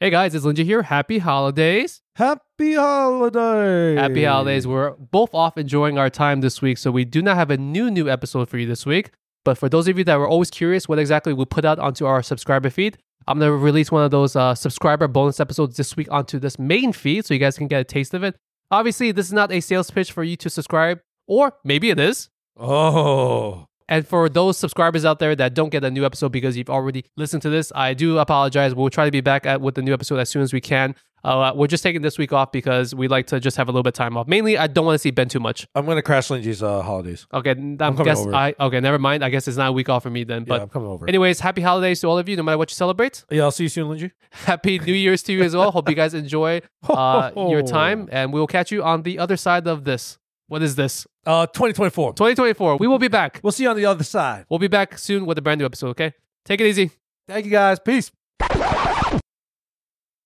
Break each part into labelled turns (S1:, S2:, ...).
S1: Hey guys, it's Linda here. Happy holidays.
S2: Happy holidays.
S1: Happy holidays. We're both off enjoying our time this week, so we do not have a new new episode for you this week. But for those of you that were always curious what exactly we put out onto our subscriber feed, I'm gonna release one of those uh, subscriber bonus episodes this week onto this main feed, so you guys can get a taste of it. Obviously, this is not a sales pitch for you to subscribe, or maybe it is.
S2: Oh.
S1: And for those subscribers out there that don't get a new episode because you've already listened to this, I do apologize. We'll try to be back at, with the new episode as soon as we can. Uh, we're just taking this week off because we like to just have a little bit of time off. Mainly, I don't want to see Ben too much.
S2: I'm going to crash Lindy's uh, holidays.
S1: Okay, n- I'm
S2: coming
S1: guess
S2: over.
S1: I okay. Never mind. I guess it's not a week off for me then.
S2: Yeah,
S1: But
S2: I'm coming over.
S1: anyways, happy holidays to all of you, no matter what you celebrate.
S2: yeah, I'll see you soon, Lindy.
S1: Happy New Year's to you as well. Hope you guys enjoy uh, your time, and we will catch you on the other side of this. What is this?
S2: Uh, 2024.
S1: 2024. We will be back.
S2: We'll see you on the other side.
S1: We'll be back soon with a brand new episode. Okay, take it easy.
S2: Thank you guys. Peace.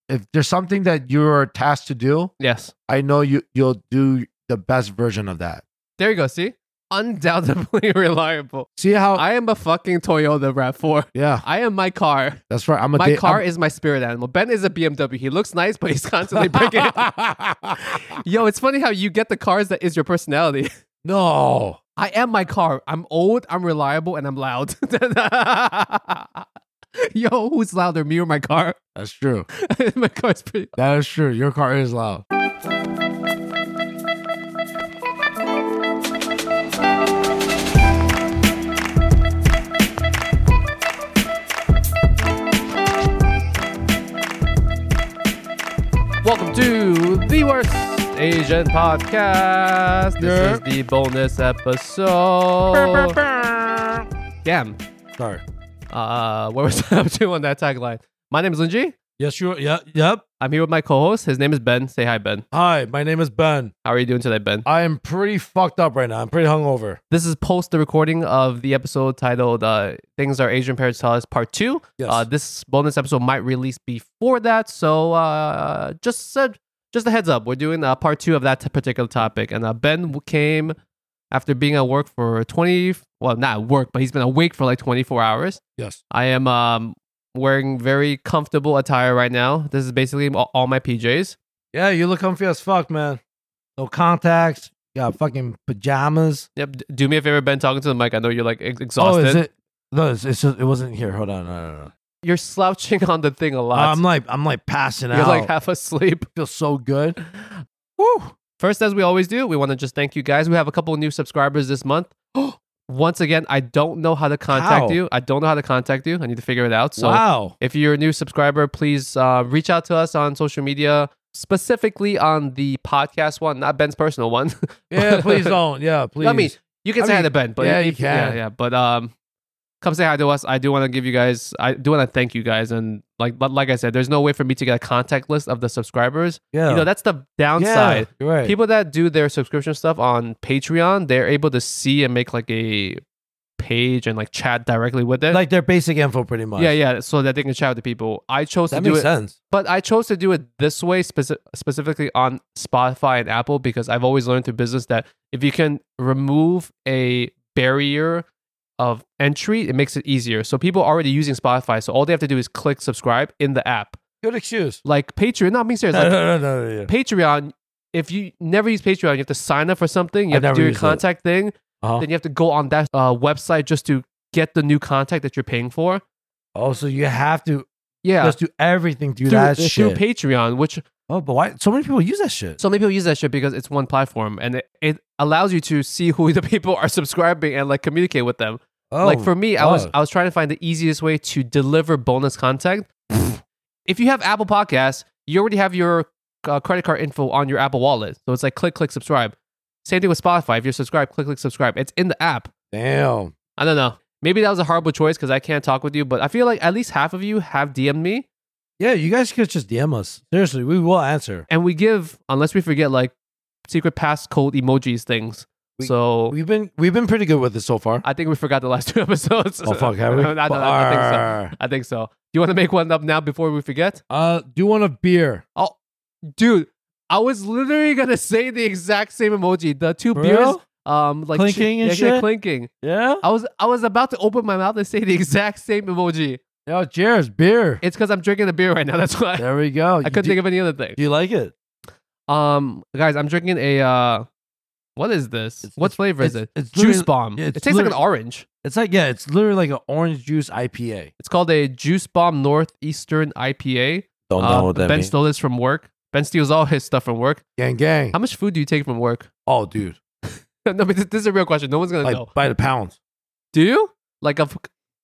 S3: if there's something that you're tasked to do,
S1: Yes.
S3: I know you you'll do the best version of that.
S1: There you go. See, undoubtedly reliable.
S3: See how?
S1: I am a fucking Toyota Rav4.
S3: yeah,
S1: I am my car.
S3: that's right. I'm a
S1: My
S3: da-
S1: car
S3: I'm-
S1: is my spirit animal. Ben is a BMW. He looks nice, but he's constantly breaking it. Yo, it's funny how you get the cars that is your personality.
S2: No.
S1: I am my car. I'm old, I'm reliable, and I'm loud. Yo, who's louder, me or my car?
S3: that's true.
S1: my car's pretty.
S3: That is true. Your car is loud.
S1: Welcome to the worst Asian podcast. This is the bonus episode. Damn.
S2: Sorry.
S1: Uh, what was I up to on that tagline? My name is Linji.
S2: Yes, you are. Yeah, yep.
S1: I'm here with my co-host. His name is Ben. Say hi, Ben.
S2: Hi, my name is Ben.
S1: How are you doing today, Ben?
S3: I am pretty fucked up right now.
S2: I'm pretty hungover.
S1: This is post the recording of the episode titled uh, "Things Our Asian Parents Tell Us" Part Two.
S2: Yes.
S1: Uh, this bonus episode might release before that, so uh, just said just a heads up. We're doing uh, part two of that t- particular topic, and uh, Ben w- came after being at work for twenty. Well, not at work, but he's been awake for like twenty four hours.
S2: yes.
S1: I am um, wearing very comfortable attire right now. This is basically all, all my PJs.
S2: Yeah, you look comfy as fuck, man. No contacts. You got fucking pajamas.
S1: Yep. d- Do me a favor, Ben, talking to the mic. I know you're like ex-
S2: Oh,
S1: exhausted.
S2: is it? No, it's, it's just, it wasn't here. Hold on. No, no, no.
S1: You're slouching on the thing a lot.
S2: I'm like I'm like passing
S1: you're
S2: out.
S1: like half asleep.
S3: Feels so good.
S1: Woo. First, as we always do, we want to just thank you guys. We have a couple of new subscribers this month. Once again, I don't know how to contact
S2: How?
S1: you. I don't know how to contact you. I need to figure it out. So
S2: wow.
S1: if you're a new subscriber, please uh, reach out to us on social media, specifically on the podcast one, not Ben's personal one.
S2: Yeah, please don't. Yeah, please.
S1: I mean, you can
S2: I
S1: say hi
S2: mean,
S1: to Ben, but
S2: yeah, you
S1: if- Yeah,
S2: can.
S1: yeah, but um, come say hi to us. I do want to give you guys. I do want to thank you guys, and like, but like I said, there's no way for me to get a contact list of the subscribers.
S2: yeah.
S1: You know, that's the
S2: Yeah,
S1: downside.
S2: you're right.
S1: People that do their subscription stuff on Patreon, they're able to see and make like a page and like chat directly with it.
S2: like their basic info, pretty much.
S1: yeah, yeah, so that they can chat with the people. I chose
S2: That
S1: to do
S2: makes
S1: it
S2: sense.
S1: but I chose to do it this way speci- specifically on Spotify and Apple because I've always learned through business that if you can remove a barrier of entry, it makes it easier. So people are already using Spotify, so all they have to do is click subscribe in the app.
S2: Good excuse.
S1: Like Patreon, not being serious.
S2: No,
S1: Like
S2: no, no, no, no, yeah.
S1: Patreon, if you never use Patreon, you have to sign up for something. You
S2: I've
S1: have to
S2: never
S1: do your
S2: used it.
S1: contact thing.
S2: Uh-huh.
S1: Then you have to go on that uh, website just to get the new contact that you're paying for.
S2: Oh, so you have to
S1: Yeah,
S2: just do everything through,
S1: through,
S2: that
S1: through
S2: shit.
S1: Patreon, which
S2: oh, but why? So many people use that shit.
S1: So many people use that shit because it's one platform and it, it allows you to see who the people are subscribing and like communicate with them.
S2: oh,
S1: like for me, I was
S2: God.
S1: I was trying to find the easiest way to deliver bonus content. if you have Apple Podcasts, you already have your uh, credit card info on your Apple Wallet, so it's like click, click, subscribe. Same thing with Spotify. If you're subscribed, click, click, subscribe. It's in the app.
S2: damn.
S1: I don't know. Maybe that was a horrible choice because I can't talk with you, but I feel like at least half of you have DM'd me
S2: Yeah, you guys could just DM us. Seriously, we will answer.
S1: and we give unless we forget like secret passcode emojis things.
S2: We-
S1: so
S2: We've been we've been pretty good with this so far.
S1: I think we forgot the last two episodes.
S2: oh fuck, have we?
S1: I, don't- I think so.
S2: Arr.
S1: I think so. You want to make one up now before we forget,
S2: Uh, do one of beer.
S1: dude? I was literally gonna say the exact same emoji, the two
S2: For
S1: beers,
S2: real?
S1: um, like
S2: Clinking and
S1: yeah, yeah,
S2: shit?
S1: clinking.
S2: Yeah.
S1: I was I was about to open my mouth and say the exact same emoji.
S2: Yo, cheers, beer.
S1: It's because I'm drinking a beer right now. That's why
S2: There we go.
S1: I couldn't
S2: do,
S1: think of any other thing.
S2: do you like it?
S1: Um, guys, I'm drinking a uh, what is this?
S2: It's-
S1: what
S2: it's-
S1: flavor is
S2: it's-
S1: it?
S2: it's
S1: juice
S2: literally-
S1: bomb.
S2: yeah,
S1: it
S2: it's
S1: tastes like an
S2: literally-
S1: orange.
S2: It's like yeah, it's literally like an orange juice IPA.
S1: It's called a Juice Bomb Northeastern IPA.
S4: Don't
S1: Uh,
S4: know what that
S1: ben
S4: means.
S1: stole this from work. Ben steals all his stuff from work.
S3: Gang, gang.
S1: How much food do you take from work?
S3: Oh, dude.
S1: no, but this, this is a real question. No one's gonna
S3: Like
S1: know.
S3: by the pound.
S1: Do you like of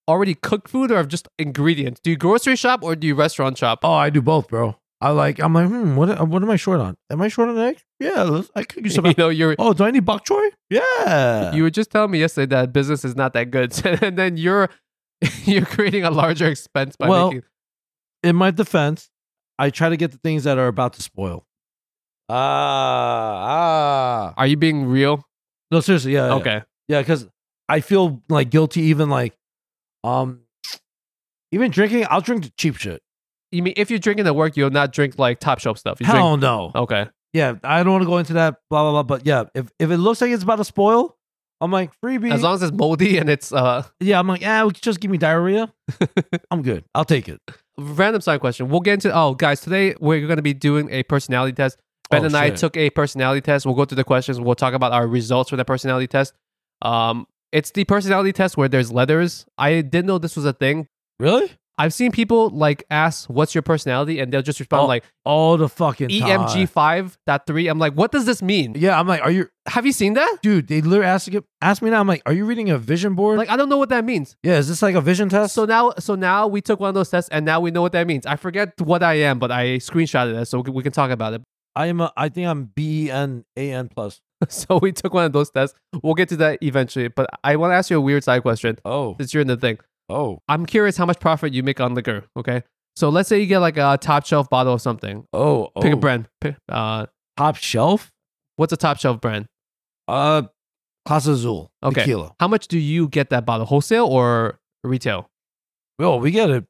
S1: already cooked food or of just ingredients? Do you grocery shop or do you restaurant shop?
S3: Oh, I do both, bro.
S2: I like. I'm like, hmm, what? What am I short on? Am I short on eggs? Yeah, let's, I could use some.
S1: you know, you're
S2: oh, do I need bok choy? Yeah.
S1: you were just telling me yesterday that business is not that good, and then you're you're creating a larger expense by
S2: Well,
S1: making.
S2: in my defense, I try to get the things that are about to spoil.
S4: Ah, ah.
S1: Are you being real?
S2: No, seriously, yeah. yeah.
S1: okay.
S2: Yeah, because I feel like guilty even like um even drinking, I'll drink the cheap shit.
S1: You mean if you're drinking at work, you'll not drink like top shelf stuff. You
S2: Hell no.
S1: drink okay.
S2: Yeah, I don't want to go into that, blah blah blah. But yeah, if, if it looks like it's about to spoil, I'm like freebie.
S1: As long as it's moldy and it's uh
S2: yeah, I'm like, yeah, just give me diarrhea. I'm good. I'll take it.
S1: random side question. We'll get into oh guys, today we're gonna be doing a personality test. Ben
S2: Oh,
S1: and I
S2: shit.
S1: took a personality test. We'll go through the questions. We'll talk about our results for the personality test. Um it's the personality test where there's letters. I didn't know this was a thing.
S2: Really?
S1: I've seen people like ask what's your personality and they'll just respond
S2: Oh,
S1: like
S2: All the fucking time.
S1: EMG five dot three. I'm like, what does this mean?
S2: Yeah, I'm like, are you
S1: Have you seen that?
S2: dude, they literally ask you ask me now, I'm like, are you reading a vision board?
S1: Like I don't know what that means.
S2: yeah, is this like a vision test?
S1: So now, so now we took one of those tests, and now we know what that means. I forget what I am, but I screenshotted it, so we can- we can talk about it.
S2: I am a, I think I'm B E N A N plus.
S1: So we took one of those tests. We'll get to that eventually, but I want to ask you a weird side question
S2: Oh.
S1: since you're in the thing.
S2: Oh.
S1: I'm curious how much profit you make on liquor. Okay, so let's say you get like a top shelf bottle of something.
S2: Oh.
S1: Pick a
S2: oh.
S1: brand. Pick, uh,
S2: Top shelf?
S1: what's a top shelf brand?
S2: Uh, Casa Azul
S1: Okay.
S2: tequila.
S1: How much do you get that bottle? Wholesale or retail?
S2: Yo, we get it.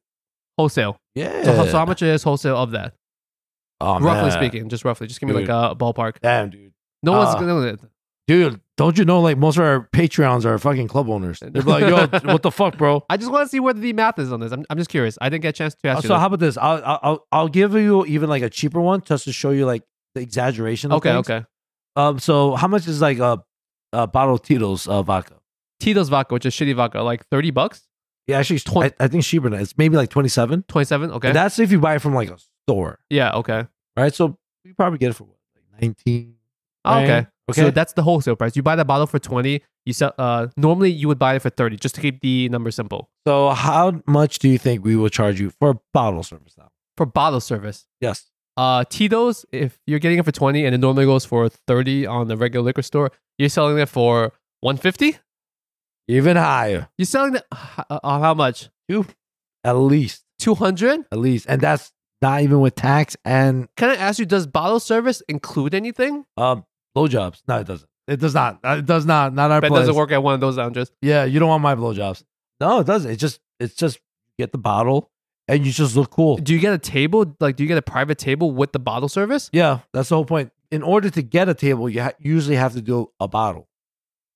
S1: Wholesale.
S2: Yeah.
S1: So, how-
S2: Eh.
S1: so how much is wholesale of that?
S2: Oh,
S1: roughly
S2: man.
S1: speaking, just roughly. Just give me
S2: Dude.
S1: like a ballpark.
S2: Damn, dude.
S1: No one's
S2: Uh,
S1: gonna.
S2: Dude, don't you know like most of our Patreons are fucking club owners? They're like, yo, what the fuck, bro? Uh,
S1: I just want to see what the math is on this. I'm, I'm just curious. I didn't get a chance to ask you.
S2: Oh, So how about this? I'll I'll- I'll I'll give you even like a cheaper one just to show you like the exaggeration.
S1: that.
S2: Of
S1: okay,
S2: things.
S1: okay.
S2: Um, so how much is like a, a bottle of Tito's uh, vodka?
S1: Tito's vodka, which is shitty vodka, like 30 bucks,
S2: Yeah, actually, it's
S1: Twen-
S2: twenty. I, I think cheaper. than that. It's maybe like twenty seven.
S1: 27. Okay.
S2: And that's if you buy it from like a store,
S1: yeah, okay.
S2: right? So you probably get it for what, like nineteen.
S1: Oh, okay.
S2: Right.
S1: Okay. So that's the wholesale price. You buy the bottle for 20. You sell, uh, normally you would buy it for 30 just to keep the number simple.
S2: So, how much do you think we will charge you for a bottle service now?
S1: For bottle service,
S2: Yes.
S1: uh, Tito's, if you're getting it for 20 and it normally goes for 30 on the regular liquor store, you're selling it for 150?
S2: Even higher.
S1: You're selling it, uh, uh, how much?
S2: At least.
S1: 200?
S2: At least. And that's not even with tax and
S1: Can I ask you, does bottle service include anything?
S2: um blowjobs. No, it doesn't. It does not. Uh, It does not. Not our
S1: Ben
S2: place.
S1: doesn't work at one of those lounges.
S2: Yeah, you don't want my blowjobs. No, it doesn't. It's just it's just you get the bottle and you just look cool.
S1: Do you get a table? Like, do you get a private table with the bottle service?
S2: Yeah, that's the whole point. In order to get a table, you ha- usually have to do a bottle.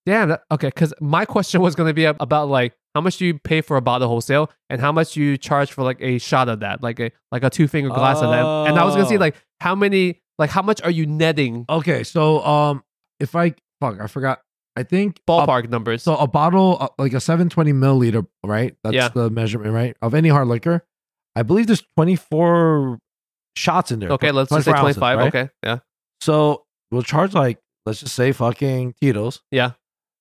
S1: Damn. That, okay. Because my question was going to be ab- about like how much do you pay for a bottle wholesale, and how much you charge for like a shot of that, like a like a two finger glass of that. And I was going to say
S2: Oh.
S1: like how many, like how much are you netting?
S2: Okay, so um if I fuck, I forgot. I think a
S1: Ballpark numbers.
S2: So a bottle, uh, like a 720 milliliter, right? That's
S1: Yeah.
S2: the measurement, right? Of any hard liquor. I believe there's 24 shots in there.
S1: okay. Let's just say twenty
S2: ounces,
S1: five.
S2: right?
S1: Okay. Yeah.
S2: So we'll charge like, let's just say fucking Tito's.
S1: Yeah.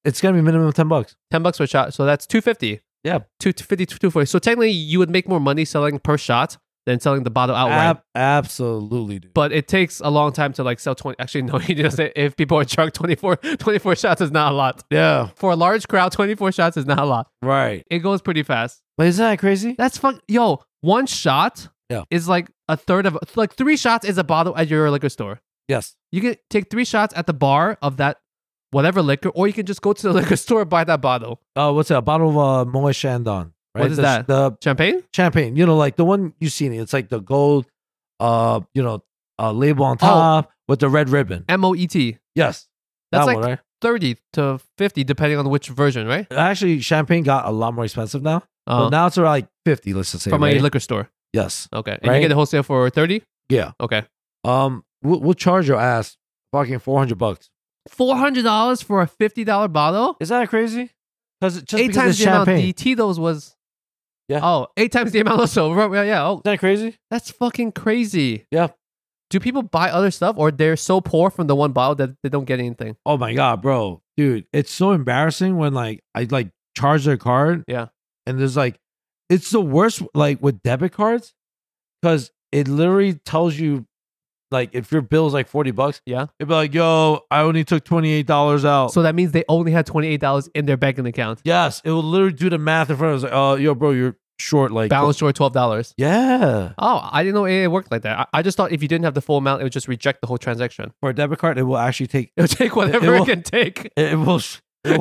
S2: It's going to be minimum 10 bucks.
S1: Ten bucks per shot. So that's two fifty.
S2: Yeah.
S1: Two fifty two forty. So technically, you would make more money selling per shot than selling the bottle outright.
S2: Ab- absolutely, dude.
S1: but it takes a long time to like sell 20 actually no he didn't say if people are drunk 24 24 shots is not a lot
S2: yeah,
S1: for a large crowd 24 shots is not a lot
S2: right.
S1: it goes pretty fast
S2: But isn't that crazy?
S1: that's fuck yo one shot
S2: Yeah.
S1: is like a third of like three shots is a bottle at your liquor store
S2: Yes.
S1: you can take three shots at the bar of that whatever liquor or you can just go to the liquor store buy that bottle
S2: Uh, what's that? A bottle of uh, Moët Chandon. Right?
S1: What is
S2: The-
S1: that?
S2: The
S1: champagne
S2: champagne. You know, like the one you've seen. It's like the gold, uh, you know, uh, label on
S1: Oh.
S2: top with the red ribbon.
S1: m-o-e-t
S2: Yes.
S1: E That's
S2: that
S1: like-
S2: one, right?
S1: 30 to 50 depending on which version right
S2: Actually, champagne got a lot more expensive now. well,
S1: uh,
S2: now it's around like 50, let's just say.
S1: from a
S2: right?
S1: liquor store.
S2: yes.
S1: Okay, and
S2: Right?
S1: you get the wholesale for thirty.
S2: Yeah.
S1: Okay,
S2: Um, we'll, we'll charge your ass fucking 400 bucks.
S1: four hundred dollars for a fifty dollar bottle.
S2: Is that crazy? Because just
S1: eight
S2: because
S1: times
S2: it's
S1: the
S2: champagne.
S1: amount. The Tito's was.
S2: Yeah.
S1: Oh, eight times the amount. Also, Right, yeah, yeah. Oh,
S2: Isn't that crazy?
S1: that's fucking crazy.
S2: Yeah.
S1: Do people buy other stuff, or they're so poor from the one bottle that they don't get anything?
S2: Oh my god, bro, dude, it's so embarrassing when like I like charge their card.
S1: Yeah.
S2: and there's like, it's the worst like with debit cards, because it literally tells you, like, if your bill is like forty bucks,
S1: Yeah.
S2: it'd be like, yo, I only took twenty eight dollars out.
S1: So that means they only had twenty eight dollars in their banking account.
S2: yes, it will literally do the math in front of us. Like, oh, yo, bro, you're short. Like,
S1: Balance short twelve dollars.
S2: Yeah,
S1: Oh, I didn't know it worked like that. I, I just thought if you didn't have the full amount, it would just reject the whole transaction.
S2: for a debit card, it will actually take.
S1: It'll take whatever it,
S2: will-
S1: can take.
S2: It will. It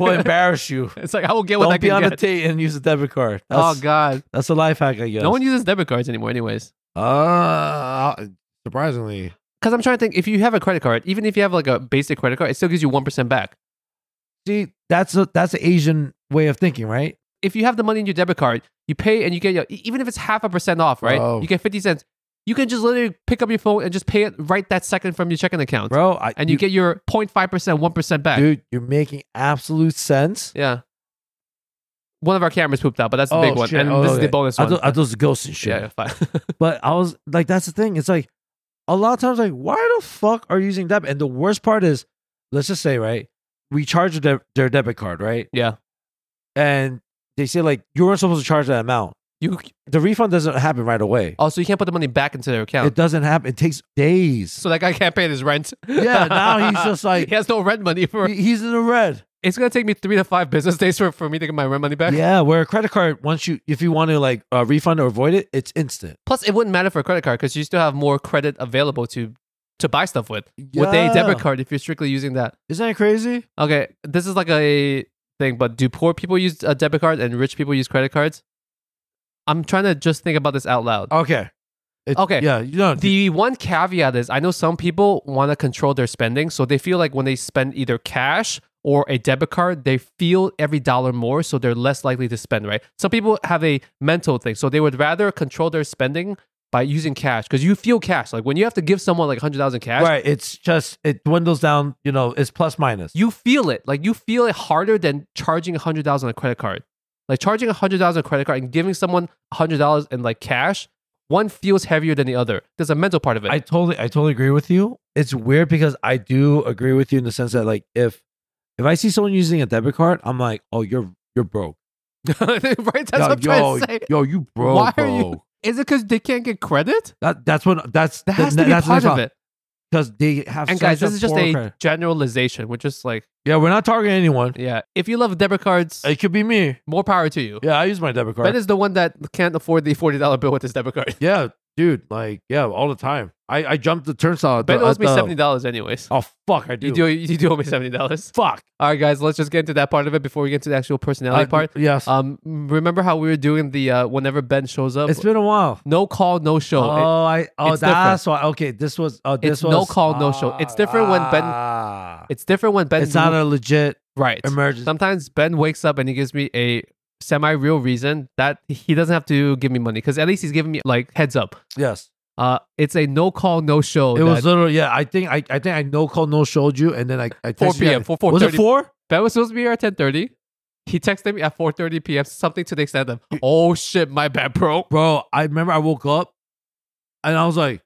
S2: will embarrass you.
S1: It's like I will get what I
S2: Don't be
S1: can
S2: on a
S1: get.
S2: date and use a debit card.
S1: oh
S2: That's,
S1: God,
S2: that's a life hack, I guess.
S1: no one uses debit cards anymore, anyways.
S3: Uh, surprisingly,
S1: Because I'm trying to think, if you have a credit card, even if you have like a basic credit card, it still gives you one percent back.
S2: See, that's a that's an Asian way of thinking, right?
S1: If you have the money in your debit card, you pay and you get your e, even if it's half a percent off, right?
S3: Bro.
S1: You get fifty cents. You can just literally pick up your phone and just pay it right that second from your checking account,
S2: Bro, I,
S1: and you, get your 0.5 percent, one percent back.
S2: dude, you're making absolute sense.
S1: Yeah. One of our cameras pooped out, but that's the
S2: Oh,
S1: big one,
S2: shit.
S1: and
S2: Oh,
S1: this is the
S2: okay.
S1: bonus
S2: I
S1: one.
S2: thought, I thought it was ghosts and shit.
S1: yeah, yeah, fine.
S2: But I was like, that's the thing. It's like a lot of times, like, why the fuck are you using debit? And the worst part is, let's just say, right, we charge their, their debit card, right?
S1: Yeah.
S2: And they say like you weren't supposed to charge that amount.
S1: you
S2: The refund doesn't happen right away.
S1: also you can't put the money back into their account,
S2: It doesn't happen. It takes days.
S1: so that guy can't pay his rent.
S2: Yeah, now he's just like-
S1: he has no rent money for.
S2: He- He's in the red.
S1: It's gonna take me three to five business days for, for me to get my rent money back.
S2: Yeah, where a credit card, once you if you want to like uh, refund or avoid it, it's instant.
S1: Plus, it wouldn't matter for a credit card because you still have more credit available to to buy stuff with. With a debit
S2: Yeah.
S1: card, if you're strictly using that.
S2: Isn't that crazy?
S1: Okay, this is like a thing, but do poor people use a debit card and rich people use credit cards? I'm trying to just think about this out loud.
S2: Okay. It-
S1: Okay.
S2: Yeah, you know
S1: The one caveat is I know some people want to control their spending, so they feel like when they spend either cash or a debit card, they feel every dollar more, so they're less likely to spend, right? Some people have a mental thing, so they would rather control their spending by using cash because you feel cash. Like when you have to give someone like $100 in cash,
S2: right. It's just it dwindles down, you know, it's plus minus.
S1: you feel it. Like you feel it harder than charging $100 on a credit card. Like charging $100 on a credit card and giving someone $100 in like cash, one feels heavier than the other. There's a mental part of it.
S2: I totally I totally agree with you. It's weird because I do agree with you in the sense that like if if I see someone using a debit card, I'm like, "Oh, you're you're broke."
S1: right? That's what
S3: yo,
S1: I'm trying
S3: yo,
S1: to say.
S3: yo, you broke,
S1: Why are
S3: bro.
S1: you- Is it because they can't get credit?
S2: That that's what that's
S1: That has to be part of it.
S2: because they have
S1: And
S2: such
S1: guys, this is just
S2: poor
S1: a
S2: credit.
S1: generalization. We're just like,
S2: Yeah, we're not targeting anyone.
S1: yeah, if you love debit cards,
S2: It could be me.
S1: more power to you.
S2: Yeah, I use my debit card.
S1: Ben is the one that can't afford the forty dollar bill with his debit card.
S2: yeah, dude, like
S3: Yeah, all the time. I, I jumped the turnstile. at
S1: Ben
S3: the-
S1: owes
S3: at
S1: me
S3: the-
S1: seventy dollars anyways.
S2: oh fuck, I do.
S1: you do you do owe me seventy dollars.
S2: Fuck.
S1: All right, guys, let's just get into that part of it before we get to the actual personality
S2: Uh,
S1: part.
S2: Yes.
S1: Um, remember how we were doing the uh, whenever Ben shows up,
S2: it's been a while.
S1: no call, no show.
S2: Oh,
S1: It-
S2: I oh
S1: it's
S2: that's why. Okay, this was oh this
S1: It's
S2: was
S1: no call, no show. It's different when Ben-
S2: Ah.
S1: it's different when Ben.
S2: it's not a legit
S1: right.
S2: emergency.
S1: Sometimes Ben wakes up and he gives me a semi real reason that he doesn't have to give me money because at least he's giving me like heads up.
S2: Yes,
S1: Uh, it's a no call, no show.
S2: it was
S1: that-
S2: literally yeah. I think I I think I no call no showed you, and then I, I
S1: 4
S2: texted you
S1: p.m.
S2: at-
S1: four four
S2: was it
S1: thirty.
S2: four?
S1: Ben was supposed to be here at ten thirty. He texted me at four thirty p.m. Something to the extent of "Oh shit, my bad, bro."
S2: Bro, I remember I woke up, and I was like,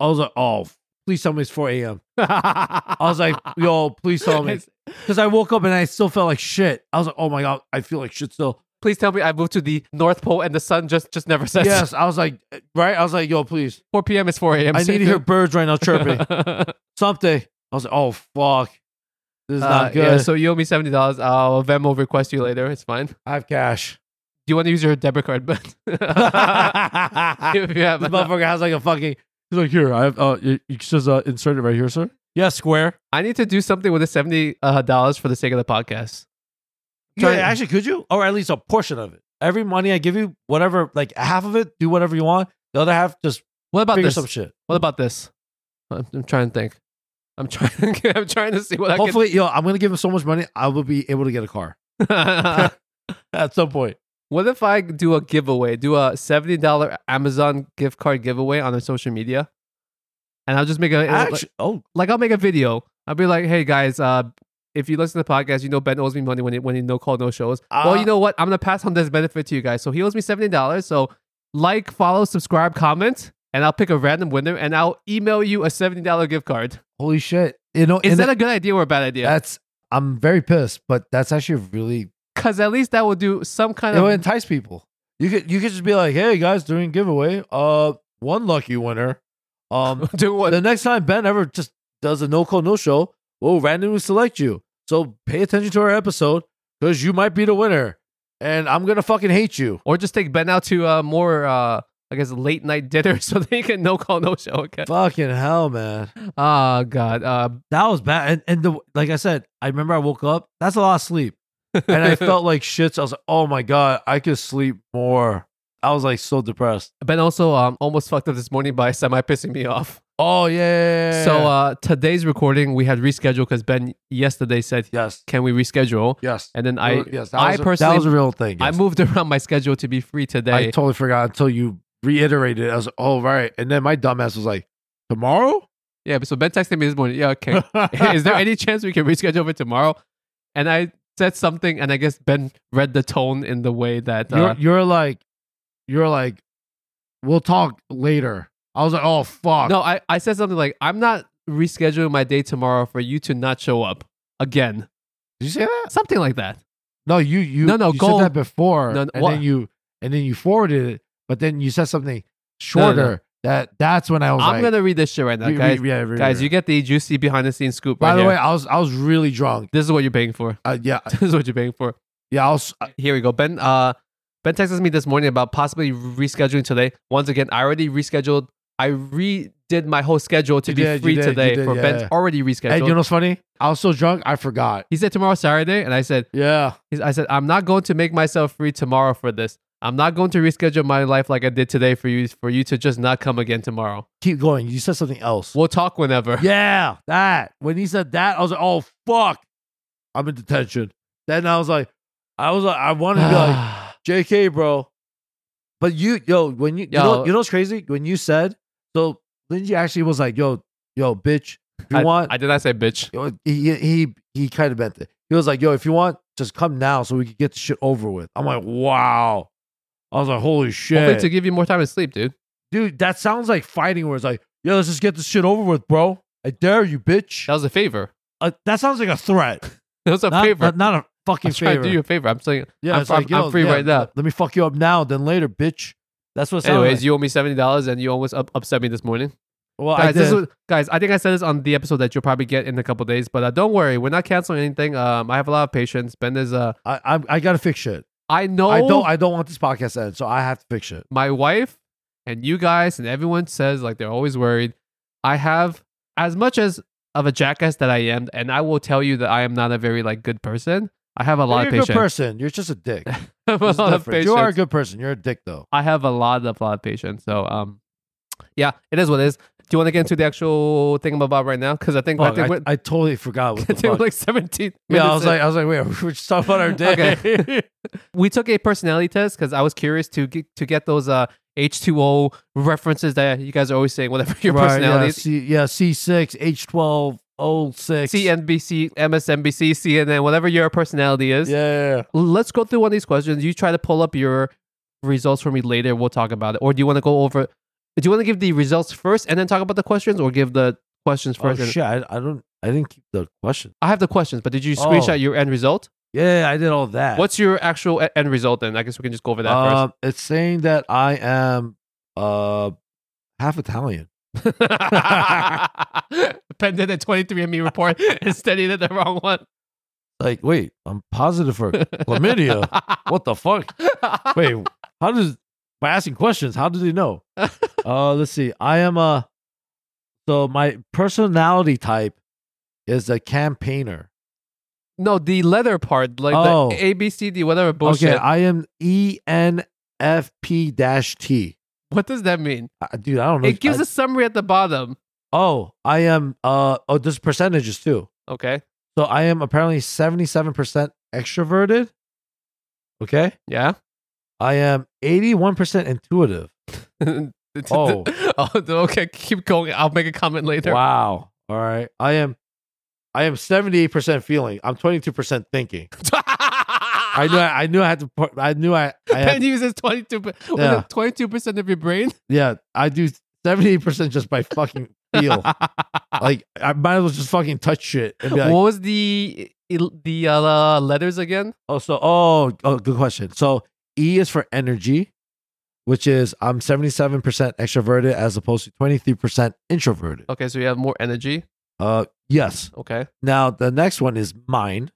S2: I was like, oh, please tell me it's four a.m.
S1: I
S2: I was like, yo, please tell me because I woke up and I still felt like shit. I was like, oh my god, I feel like shit still.
S1: Please tell me I moved to the North Pole and the sun just just never sets.
S2: yes, I was like, right. I was like, yo, please,
S1: four p.m. is four a.m.
S2: I need to hear birds right now chirping. something. I was like, oh fuck, this is
S1: Uh,
S2: not good.
S1: yeah, so you owe me seventy dollars. I'll Venmo request you later. It's fine.
S2: I have cash.
S1: Do you want to use your debit card, Ben?
S2: this
S1: if you have
S2: motherfucker has like a fucking. He's like, here, I have. Uh, you, you just uh, insert it right here, sir. Yeah, square.
S1: I need to do something with the seventy uh, dollars for the sake of the podcast.
S2: Yeah,
S1: Try-
S2: actually, could you, or at least a portion of it? Every money I give you, whatever, like half of it, do whatever you want. The other half, just
S1: What about
S2: figure
S1: this?
S2: some shit.
S1: What about this? I'm, I'm trying to think. I'm trying. I'm trying to see what
S2: Hopefully, yo, I'm gonna give him so much money, I will be able to get a car
S1: I can.
S2: at some point.
S1: What if I do a giveaway, do a seventy dollar Amazon gift card giveaway on their social media, and I'll just make a
S5: Actu- oh,
S1: like I'll make a video. I'll be like, hey guys, uh, if you listen to the podcast, you know Ben owes me money when he, when he no call no shows. well,
S5: Uh,
S1: you know what? I'm gonna pass on this benefit to you guys. So he owes me seventy dollars. So like, follow, subscribe, comment, and I'll pick a random winner and I'll email you a seventy dollar gift card.
S2: Holy shit! You know,
S1: Is
S2: and
S1: that a good idea or a bad idea?
S2: that's I'm very pissed, but that's actually really
S1: Because at least that will do some kind
S2: it
S1: of
S2: would entice people. You could you could just be like, hey guys, doing giveaway, uh, one lucky winner. Um,
S1: do what
S2: the
S1: the,
S2: next time Ben ever just does a no call no show, we'll randomly select you. So pay attention to our episode because you might be the winner, and I'm gonna fucking hate you.
S1: or just take Ben out to uh, more uh, I guess late night dinner so they can no call no show again.
S2: Fucking hell, man.
S1: Oh god. Uh,
S5: that was bad. And and the like I said, I remember I woke up. That's a lot of sleep,
S2: and I felt like shit. So I was like, oh my God, I could sleep more. I was like so depressed.
S1: Ben also um, almost fucked up this morning by semi pissing me off.
S2: Oh, yeah. yeah, yeah,
S1: So
S2: yeah.
S1: uh, today's recording we had rescheduled because Ben yesterday said,
S2: yes,
S1: "Can we reschedule?"
S2: yes.
S1: And then I,
S2: yes, that
S1: I
S2: was a-
S1: personally,
S2: that was a real thing.
S1: I
S2: yes.
S1: moved around my schedule to be free
S2: I
S1: today.
S2: totally forgot until you reiterated. it. I was like, oh, right. And then my dumbass was like, tomorrow?
S1: yeah, but so Ben texted me this morning. Yeah, okay. Is there any chance we can reschedule for tomorrow? And I said something, and I guess Ben read the tone in the way that uh,
S2: You're, you're like, you're like, we'll talk later. I was like, oh, fuck.
S1: no, I, I said something like, "I'm not rescheduling my day tomorrow for you to not show up again,"
S2: Did you say that?
S1: something like that.
S2: No, you you
S1: No, no,
S2: you
S1: go-
S2: said that before,
S1: No, no,
S2: and
S1: what?
S2: then you and then you forwarded it, but then you said
S1: No,
S2: something
S1: no,
S2: shorter.
S1: no.
S2: That that's when I was
S1: I'm
S2: like,
S1: gonna read this shit right now,
S2: re- re-
S1: guys.
S2: yeah, re-
S1: guys,
S2: re-
S1: you get the juicy behind the scenes scoop. Right
S2: By the
S1: here.
S2: way, I was I was really drunk.
S1: this is what you're paying for.
S2: Uh, yeah,
S1: this is what you're paying for.
S2: yeah. I was
S1: Here we go. Ben uh Ben texted me this morning about possibly rescheduling today. Once again, I already rescheduled. I redid my whole schedule to
S2: You
S1: be
S2: did, you
S1: free
S2: did, you
S1: today
S2: did,
S1: for
S2: yeah,
S1: Ben's
S2: yeah.
S1: already
S2: and
S1: rescheduled.
S2: you know what's funny? I was so drunk I forgot.
S1: he said tomorrow Saturday, and I said
S2: Yeah,
S1: he's- I said I'm not going to make myself free tomorrow for this. I'm not going to reschedule my life like I did today for you for you to just not come again tomorrow.
S2: keep going. You said something else.
S1: We'll talk whenever.
S2: Yeah, that when he said that, I was like, oh fuck, I'm in detention. Then I was like, I was like, I wanted to be like, JK, bro. But you, yo, when you, you know,
S1: Yo.
S2: you know what's crazy? When you said, so Lindsay actually was like, yo, yo, bitch, if you
S1: I,
S2: want,
S1: I did not say bitch.
S2: yo, he, he, he kind of meant it. He was like, yo, if you want, just come now so we can get the shit over with. I'm like, wow. I was like, holy
S1: Hopefully
S2: shit.
S1: to give you more time to sleep, dude.
S2: Dude, that sounds like fighting words. Like, yo, let's just get this shit over with, bro. I dare you, bitch.
S1: That was a favor.
S2: Uh, that sounds like a threat.
S1: That was a
S5: not,
S1: favor.
S5: not, not a
S1: I'm
S5: fucking
S1: trying to
S5: favor.
S1: do you a favor. I'm saying
S2: Yeah,
S1: I'm-
S2: it's like,
S1: I'm- I'm
S2: yo,
S1: free
S2: yeah,
S1: right now.
S2: Let me fuck you up now, then later, bitch.
S5: That's what. it sounded
S1: Anyways,
S5: like.
S1: you owe me seventy dollars, and you almost up- upset me this morning,
S2: Well, I
S1: guys. This
S2: did.
S1: was, guys, I think I said this on the episode that you'll probably get in a couple days, but uh, don't worry, we're not canceling anything. Um, I have a lot of patience. Ben is uh,
S2: I, I, I gotta fix shit.
S1: I know
S2: I don't. I don't want this podcast to end, so I have to fix it.
S1: my wife and you guys and everyone says like they're always worried. I have as much as of a jackass that I am, and I will tell you that I am not a very like good person. I have a lot of
S2: You're a good
S1: patience.
S2: person. You're just a dick.
S1: I have a
S2: It's
S1: lot of
S2: different. you are a
S1: patience.
S2: good person. You're a dick though.
S1: I have a lot of lot of patience. So um, yeah, it is what it is. Do you want to get into the actual thing about right now? Because I think I
S2: Fuck,
S1: think
S2: I,
S1: we're-
S2: I totally forgot. What the
S1: Dude,
S2: fuck.
S1: like 17
S2: yeah, I
S1: minutes
S2: was
S1: in.
S2: like, I was like, wait, we were just talking about our dick.
S1: Okay. we took a personality test because I was curious to get, to get those uh H2O references that you guys are always saying, whatever your
S2: Right,
S1: personality
S2: Yeah,
S1: is.
S2: C, yeah, C6, H12, O6.
S1: CNBC, MSNBC, CNN, whatever your personality is.
S2: Yeah, yeah, yeah.
S1: Let's go through one of these questions. You try to pull up your results for me later. We'll talk about it. Or do you want to go over? Do you want to give the results first and then talk about the questions, or give the questions
S2: Oh
S1: first? and-
S2: shit, I, I don't. I didn't keep the question.
S1: I have the questions, but did you screenshot
S2: Oh.
S1: your end result?
S2: Yeah, I did all that.
S1: What's your actual e- end result? Then I guess we can just go over that first.
S2: Um, it's saying that I am uh half Italian. Um,
S1: Penn did a 23andMe report instead he did the wrong one.
S2: Like, wait, I'm positive for chlamydia. what the fuck? Wait, how does by asking questions? How do they know? uh, let's see. I am a so my personality type is a campaigner.
S1: No, the leather part, like
S2: Oh.
S1: the A B C D whatever bullshit.
S2: Okay, I am E ENFP dash T.
S1: what does that mean?
S2: Uh, Dude, I don't know.
S1: It gives
S2: I-
S1: a summary at the bottom.
S2: oh, I am. Uh, oh, this percentages too.
S1: Okay.
S2: So I am apparently seventy seven percent extroverted. Okay,
S1: Yeah.
S2: I am 81% intuitive. Oh.
S1: oh, okay. Keep going. I'll make a comment later.
S2: Wow. All right. I am I am 78% feeling. I'm 22% thinking. I knew I, I knew I had to put I knew I, I had,
S1: Ben uses 22
S2: Yeah.
S1: 22% of your brain.
S2: yeah, I do 78% just by fucking feel. like I might as well just fucking touch shit and be like,
S1: what was the the uh, letters again?
S2: Oh, so oh, oh, good question. So E is for energy, which is I'm 77% extroverted as opposed to 23% introverted.
S1: Okay, so you have more energy.
S2: Uh, yes.
S1: Okay.
S2: Now the next one is mine.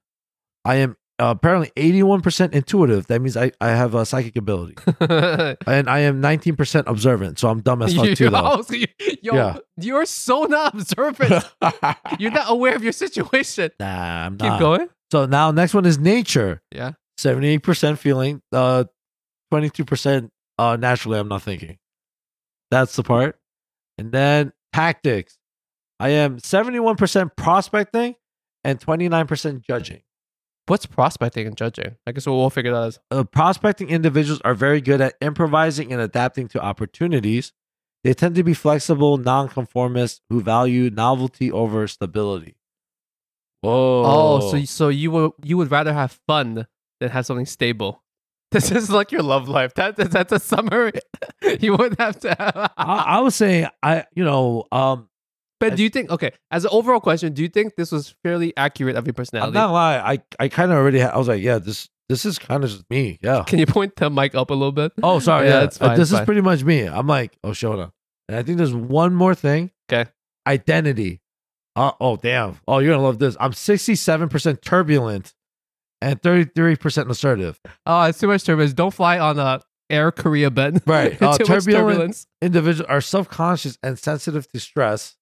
S2: I am uh, apparently 81% intuitive. That means I, I have a psychic ability, and I am 19% observant. So I'm dumb as fuck too, though.
S1: you, yo,
S2: Yeah.
S1: you're so not observant. you're not aware of your situation.
S2: Nah, I'm
S1: Keep
S2: not.
S1: going.
S2: So now next one is nature.
S1: Yeah.
S2: 78% feeling. Uh, 22% uh, naturally. I'm not thinking. That's the part. And then tactics. I am 71% prospecting and 29% judging.
S1: What's prospecting and judging? I guess we'll, we'll figure that out.
S2: Uh, prospecting individuals are very good at improvising and adapting to opportunities. They tend to be flexible nonconformists who value novelty over stability. Whoa.
S1: Oh, so so you would you would rather have fun than have something stable. This is like your love life. That that- that's a summary. you would have to. Have.
S2: I, I was saying, I, you know, um,
S1: But do you think okay? As an overall question, do you think this was fairly accurate of your
S2: I'm
S1: personality?
S2: not lying. I I kind of already. Had, I was like, yeah, this this is kind of just me. Yeah.
S1: Can you point the mic up a little bit?
S2: Oh, sorry.
S1: Yeah,
S2: yeah,
S1: it's fine,
S2: Uh, this
S1: it's fine.
S2: is pretty much me. I'm like, oh, Shona. And I think there's one more thing.
S1: Okay.
S2: Identity. Uh, oh, damn. Oh, you're gonna love this. I'm 67 percent turbulent, and 33 percent assertive.
S1: Oh, it's too much turbulence. Don't fly on uh, Air Korea, Ben.
S2: Right.
S1: too
S2: Uh,
S1: much
S2: turbulent-
S1: turbulence.
S2: Individuals are self-conscious and sensitive to stress,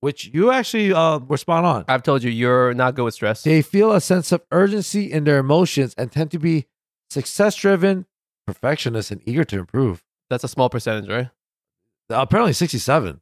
S2: which you actually uh were spot on.
S1: I've told you, you're not good with stress.
S2: They feel a sense of urgency in their emotions and tend to be success-driven, perfectionist, and eager to improve.
S1: That's a small percentage, right?
S2: apparently 67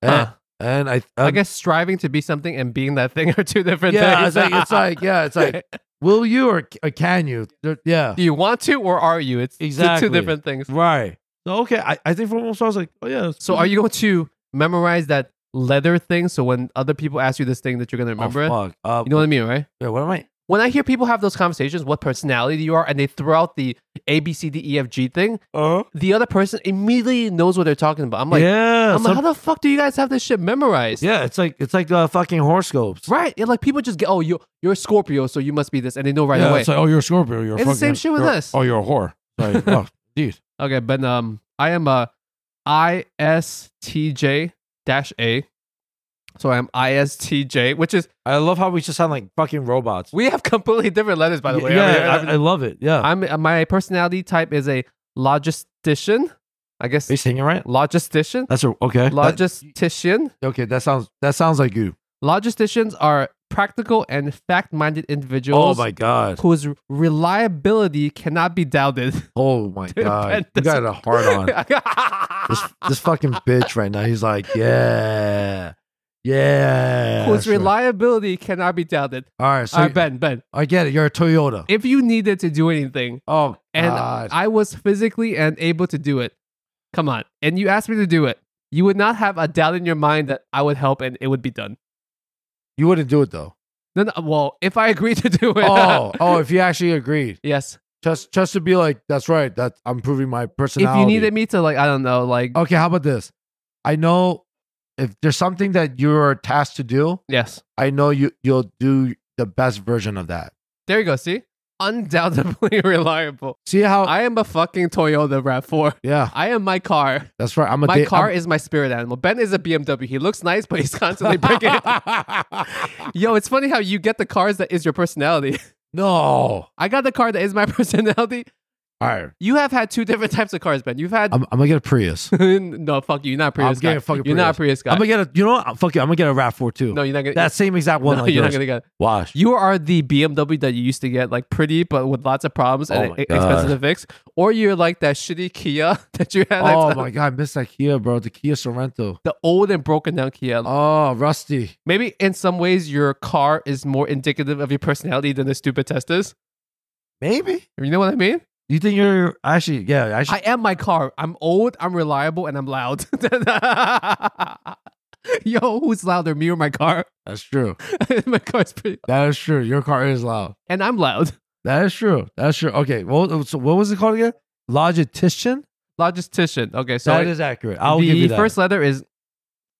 S2: and,
S1: Huh.
S2: and i
S1: Uh, I guess striving to be something and being that thing are two different
S2: um, yeah
S1: things.
S2: it's like, it's like yeah it's like will you or, or can you They're- yeah
S1: do you want to or are you? It's two-
S2: Exactly.
S1: two different things.
S2: right so okay i, I think for most i was like oh yeah that's
S1: So,
S2: cool.
S1: are you going to memorize that leather thing? So when other people ask you this thing, that you're going to
S2: Oh,
S1: remember it.
S2: fuck. Uh,
S1: You know what I mean, right?
S2: wait, what am i
S1: When I hear people have those conversations, what personality you are, and they throw out the A B C D E F G thing,
S2: uh
S1: the other person immediately knows what they're talking about. I'm like,
S2: yeah
S1: I'm like,
S2: some-
S1: how the fuck do you guys have this shit memorized?
S2: yeah it's like it's like uh, fucking horoscopes
S1: Right. Yeah, like people just get, oh, you're, you're a Scorpio, so you must be this. And they know right
S2: yeah,
S1: away.
S2: it's like oh you're a scorpio you're a
S1: It's the same
S2: fucking-
S1: shit with
S2: you're-
S1: us.
S2: oh you're a whore Like, oh dude
S1: okay. But um, I am a ISTJ dash A. So I'm ISTJ, which is,
S2: i love how we just sound like fucking robots
S1: we have completely different letters, by the way.
S2: yeah
S1: I mean,
S2: I, I love it yeah
S1: I'm uh, my personality type is a logistician. I guess
S2: are you singing right
S1: logistician.
S2: that's a, okay That-
S1: Logistician.
S2: okay that sounds that sounds like you
S1: Logisticians are practical and fact-minded individuals
S2: oh my god
S1: whose reliability cannot be doubted.
S2: Oh my
S1: Dude, Ben
S2: god, you got
S1: doesn't-
S2: a hard on. this this fucking bitch right now. He's like, yeah, yeah.
S1: whose
S2: sure.
S1: reliability cannot be doubted.
S2: All right, so
S1: All right, Ben, Ben.
S2: I get it. You're a Toyota.
S1: If you needed to do anything
S2: oh,
S1: and
S2: God.
S1: I was physically and able to do it, come on, and you asked me to do it, you would not have a doubt in your mind that I would help and it would be done.
S2: you wouldn't do it though.
S1: No, no, well, if I agree to do it.
S2: oh, oh, if you actually agreed,
S1: yes.
S2: just just to be like, that's right. That I'm proving my
S1: If
S2: personality. Oh.
S1: you needed me to, like, I don't know, like,
S2: okay, how about this? I know if there's something that you're tasked to do,
S1: yes.
S2: I know you you'll do the best version of that.
S1: There you go. See? Undoubtedly reliable.
S2: See how?
S1: I am a fucking Toyota RAV4.
S2: yeah,
S1: I am my car.
S2: that's right. I'm a
S1: my
S2: da-
S1: car
S2: I'm-
S1: is my spirit animal. Ben is a BMW. He looks nice, but he's constantly breaking it. Yo, it's funny how you get the cars that is your personality.
S2: no. All
S1: I got the car that is my personality.
S2: right.
S1: You have had two different types of cars, Ben. You've had
S2: I'm, I'm gonna get a Prius.
S1: no fuck you. You're not a Prius.
S2: I'm getting
S1: guy.
S2: a fucking
S1: You're not a Prius guy.
S2: I'm gonna get a. You know what? Fuck you. I'm gonna get a Rav4 too.
S1: no, you're not gonna.
S2: that same exact one.
S1: no,
S2: like
S1: you're not
S2: yours.
S1: gonna get.
S2: Wash.
S1: You are the BMW that you used to get, like pretty but with lots of problems
S2: Oh
S1: and
S2: my
S1: e- expensive to fix, or you're like that shitty Kia that you had, like,
S2: oh my god, I missed that Kia, bro. The Kia Sorrento.
S1: the old and broken down Kia.
S2: Oh, rusty.
S1: Maybe in some ways your car is more indicative of your personality than the stupid test is.
S2: Maybe.
S1: You know what I mean?
S6: You think you're actually? Yeah, actually.
S1: I am my car. I'm old, I'm reliable, and I'm loud. Yo, who's louder, me or my car?
S2: That's true.
S1: my car's pretty,
S2: That is true. Your car is loud.
S1: and I'm loud.
S2: That is true. That's true. Okay. Well, uh, so what was it called again? Logistician.
S1: Logistician. Okay, so
S2: that is accurate. I'll
S1: the
S2: give you that.
S1: first letter is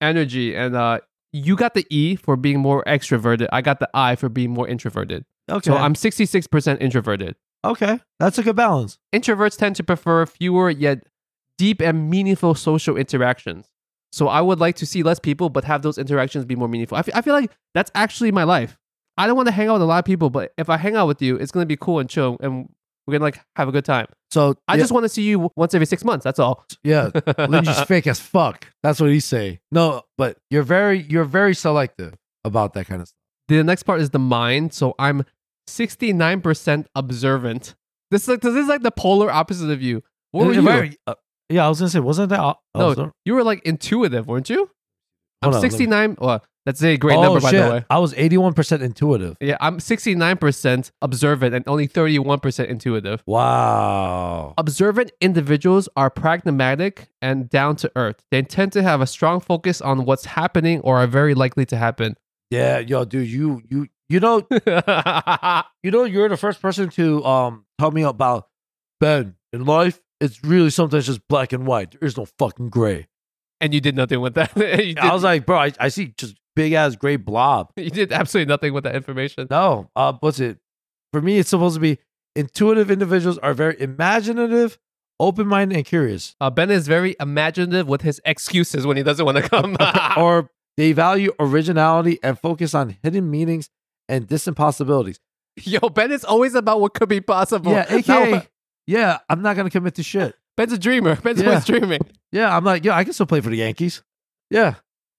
S1: energy, and uh, you got the E for being more extroverted. I got the I for being more introverted.
S2: okay.
S1: So I'm 66% introverted.
S2: okay. That's a good balance.
S1: Introverts tend to prefer fewer yet deep and meaningful social interactions. So I would like to see less people, but have those interactions be more meaningful. I fe- I feel like that's actually my life. I don't want to hang out with a lot of people, but if I hang out with you, it's gonna be cool and chill, and we're gonna like have a good time.
S2: So
S1: I
S2: yeah,
S1: just want to see you w- once every six months. That's all.
S2: yeah. Linji's fake as fuck. That's what he say. No, but you're very you're very selective about that kind of stuff.
S1: The next part is the mind. So I'm 69% observant. This is like this is like the polar opposite of you. What were
S6: If
S1: you?
S6: I- uh, yeah, I was gonna say, wasn't that? al-
S1: No,
S6: also-
S1: you were like intuitive, weren't you? I'm
S6: Hold on, let me-
S1: 69. Well, that's a great
S2: Oh,
S1: number, by
S2: shit.
S1: the way.
S2: I was 81% intuitive.
S1: Yeah, I'm 69% observant and only 31% intuitive.
S2: Wow.
S1: Observant individuals are pragmatic and down to earth. They tend to have a strong focus on what's happening or are very likely to happen.
S2: Yeah, yo, dude, you you you know you know you're the first person to um tell me about Ben in life. It's really sometimes just black and white. There is no fucking gray.
S1: and you did nothing with that. you, did,
S2: I was like, bro, I, I see just big ass gray blob.
S1: you did absolutely nothing with that information.
S2: No, uh, what's it? For me, it's supposed to be intuitive individuals are very imaginative, open minded, and curious.
S1: Uh, ben is very imaginative with his excuses when he doesn't want to come.
S2: or they value originality and focus on hidden meanings and distant possibilities.
S1: Yo, Ben is always about what could be possible.
S2: Yeah,
S1: Not
S2: aka,
S1: what-
S2: yeah, I'm not gonna commit to shit.
S1: Ben's a dreamer. Ben's
S2: Yeah.
S1: always dreaming.
S2: Yeah, I'm like, yeah, I can still play for the Yankees. Yeah,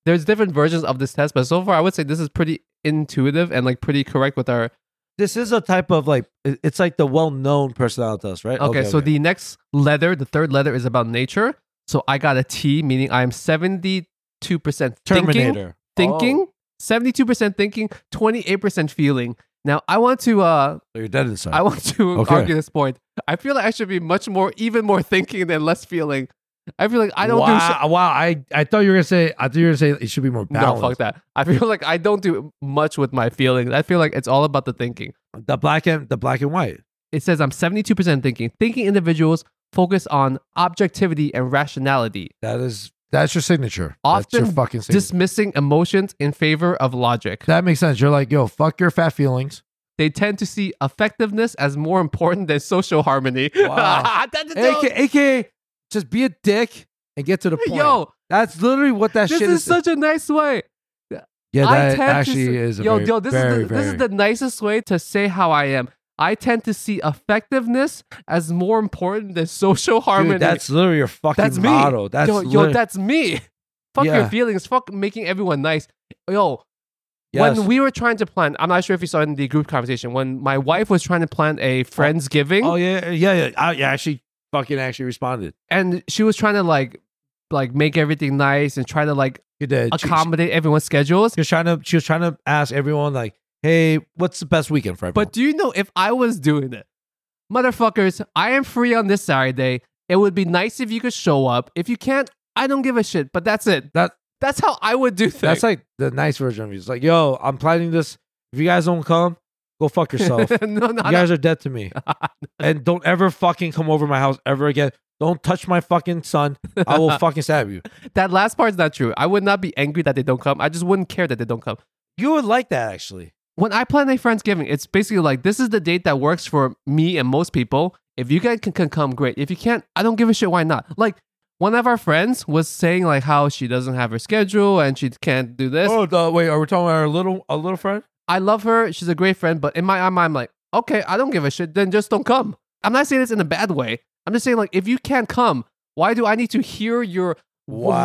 S1: There's different versions of this test, but so far I would say this is pretty intuitive and like pretty correct with our.
S2: this is a type of like, it- it's like the well-known personality test, right?
S1: Okay, so the next letter, the third letter, is about nature. So I got a T, meaning I am 72% thinking,
S2: Terminator Oh,
S1: thinking, 72% thinking, 28% feeling. Now I want to uh,
S2: Oh, so you're dead inside.
S1: I want to
S2: Okay.
S1: argue this point. I feel like I should be much more, even more thinking than less feeling. I feel like I don't do.
S2: wow, wow, I I thought you were gonna say, I thought you were gonna say it should be more
S1: No,
S2: balanced.
S1: fuck that. I feel like I don't do much with my feelings. I feel like it's all about the thinking.
S2: The black and the black and white.
S1: It says I'm 72% thinking. Thinking individuals focus on objectivity and rationality,
S2: That is that's your signature. that's
S1: Often
S2: your fucking signature.
S1: dismissing emotions in favor of logic.
S2: that makes sense. You're like, yo, fuck your fat feelings.
S1: They tend to see effectiveness as more important than social harmony.
S2: Wow.
S1: That's-
S2: AKA, AKA, just be a dick and get to the point.
S1: Yo,
S2: that's literally what that
S1: this
S2: shit
S1: is such a nice way.
S2: yeah,
S1: I
S2: that
S1: tend to
S2: actually
S1: see-
S2: is. A
S1: yo,
S2: very,
S1: yo, this
S2: very,
S1: is the, this
S2: very-
S1: is the nicest way to say how I am. I tend to see effectiveness as more important than social harmony.
S2: Dude, that's literally your fucking
S1: That's me.
S2: motto. That's
S1: yo, yo,
S2: literally-
S1: that's me. Fuck your
S2: Yeah.
S1: feelings. Fuck making everyone nice. Yo,
S2: yes.
S1: when we were trying to plan, I'm not sure if you saw in the group conversation when my wife was trying to plan a friendsgiving,
S2: Oh yeah, yeah, yeah. I, yeah, actually, fucking actually responded.
S1: and she was trying to like, like make everything nice and try to like
S2: You did. She-
S1: accommodate everyone's schedules.
S2: she, was trying to. She was trying to ask everyone like, "Hey, what's the best weekend for everyone?"
S1: But do you know if I was doing it, motherfuckers, I am free on this Saturday. It would be nice if you could show up. If you can't, I don't give a shit. But that's it.
S2: That-
S1: that's how I would do things.
S2: that's like the nice version of you. It's like, yo, I'm planning this. If you guys don't come, go fuck yourself. you
S1: no, no, no.
S2: guys are dead to me, and don't ever fucking come over my house ever again. Don't touch my fucking son. I will fucking stab you.
S1: That last part's not true. I would not be angry that they don't come. I just wouldn't care that they don't come.
S2: You would like that actually.
S1: When I plan a Friendsgiving, it's basically like this is the date that works for me and most people. If you guys can, can come, great. If you can't, I don't give a shit why not. Like one of our friends was saying like how she doesn't have her schedule and she can't do this.
S2: Oh, the, wait, are we talking about our little, a little friend?
S1: I love her. She's a great friend, but in my mind, I'm like, okay, I don't give a shit. Then just don't come. I'm not saying this in a bad way. I'm just saying like, if you can't come, why do I need to hear your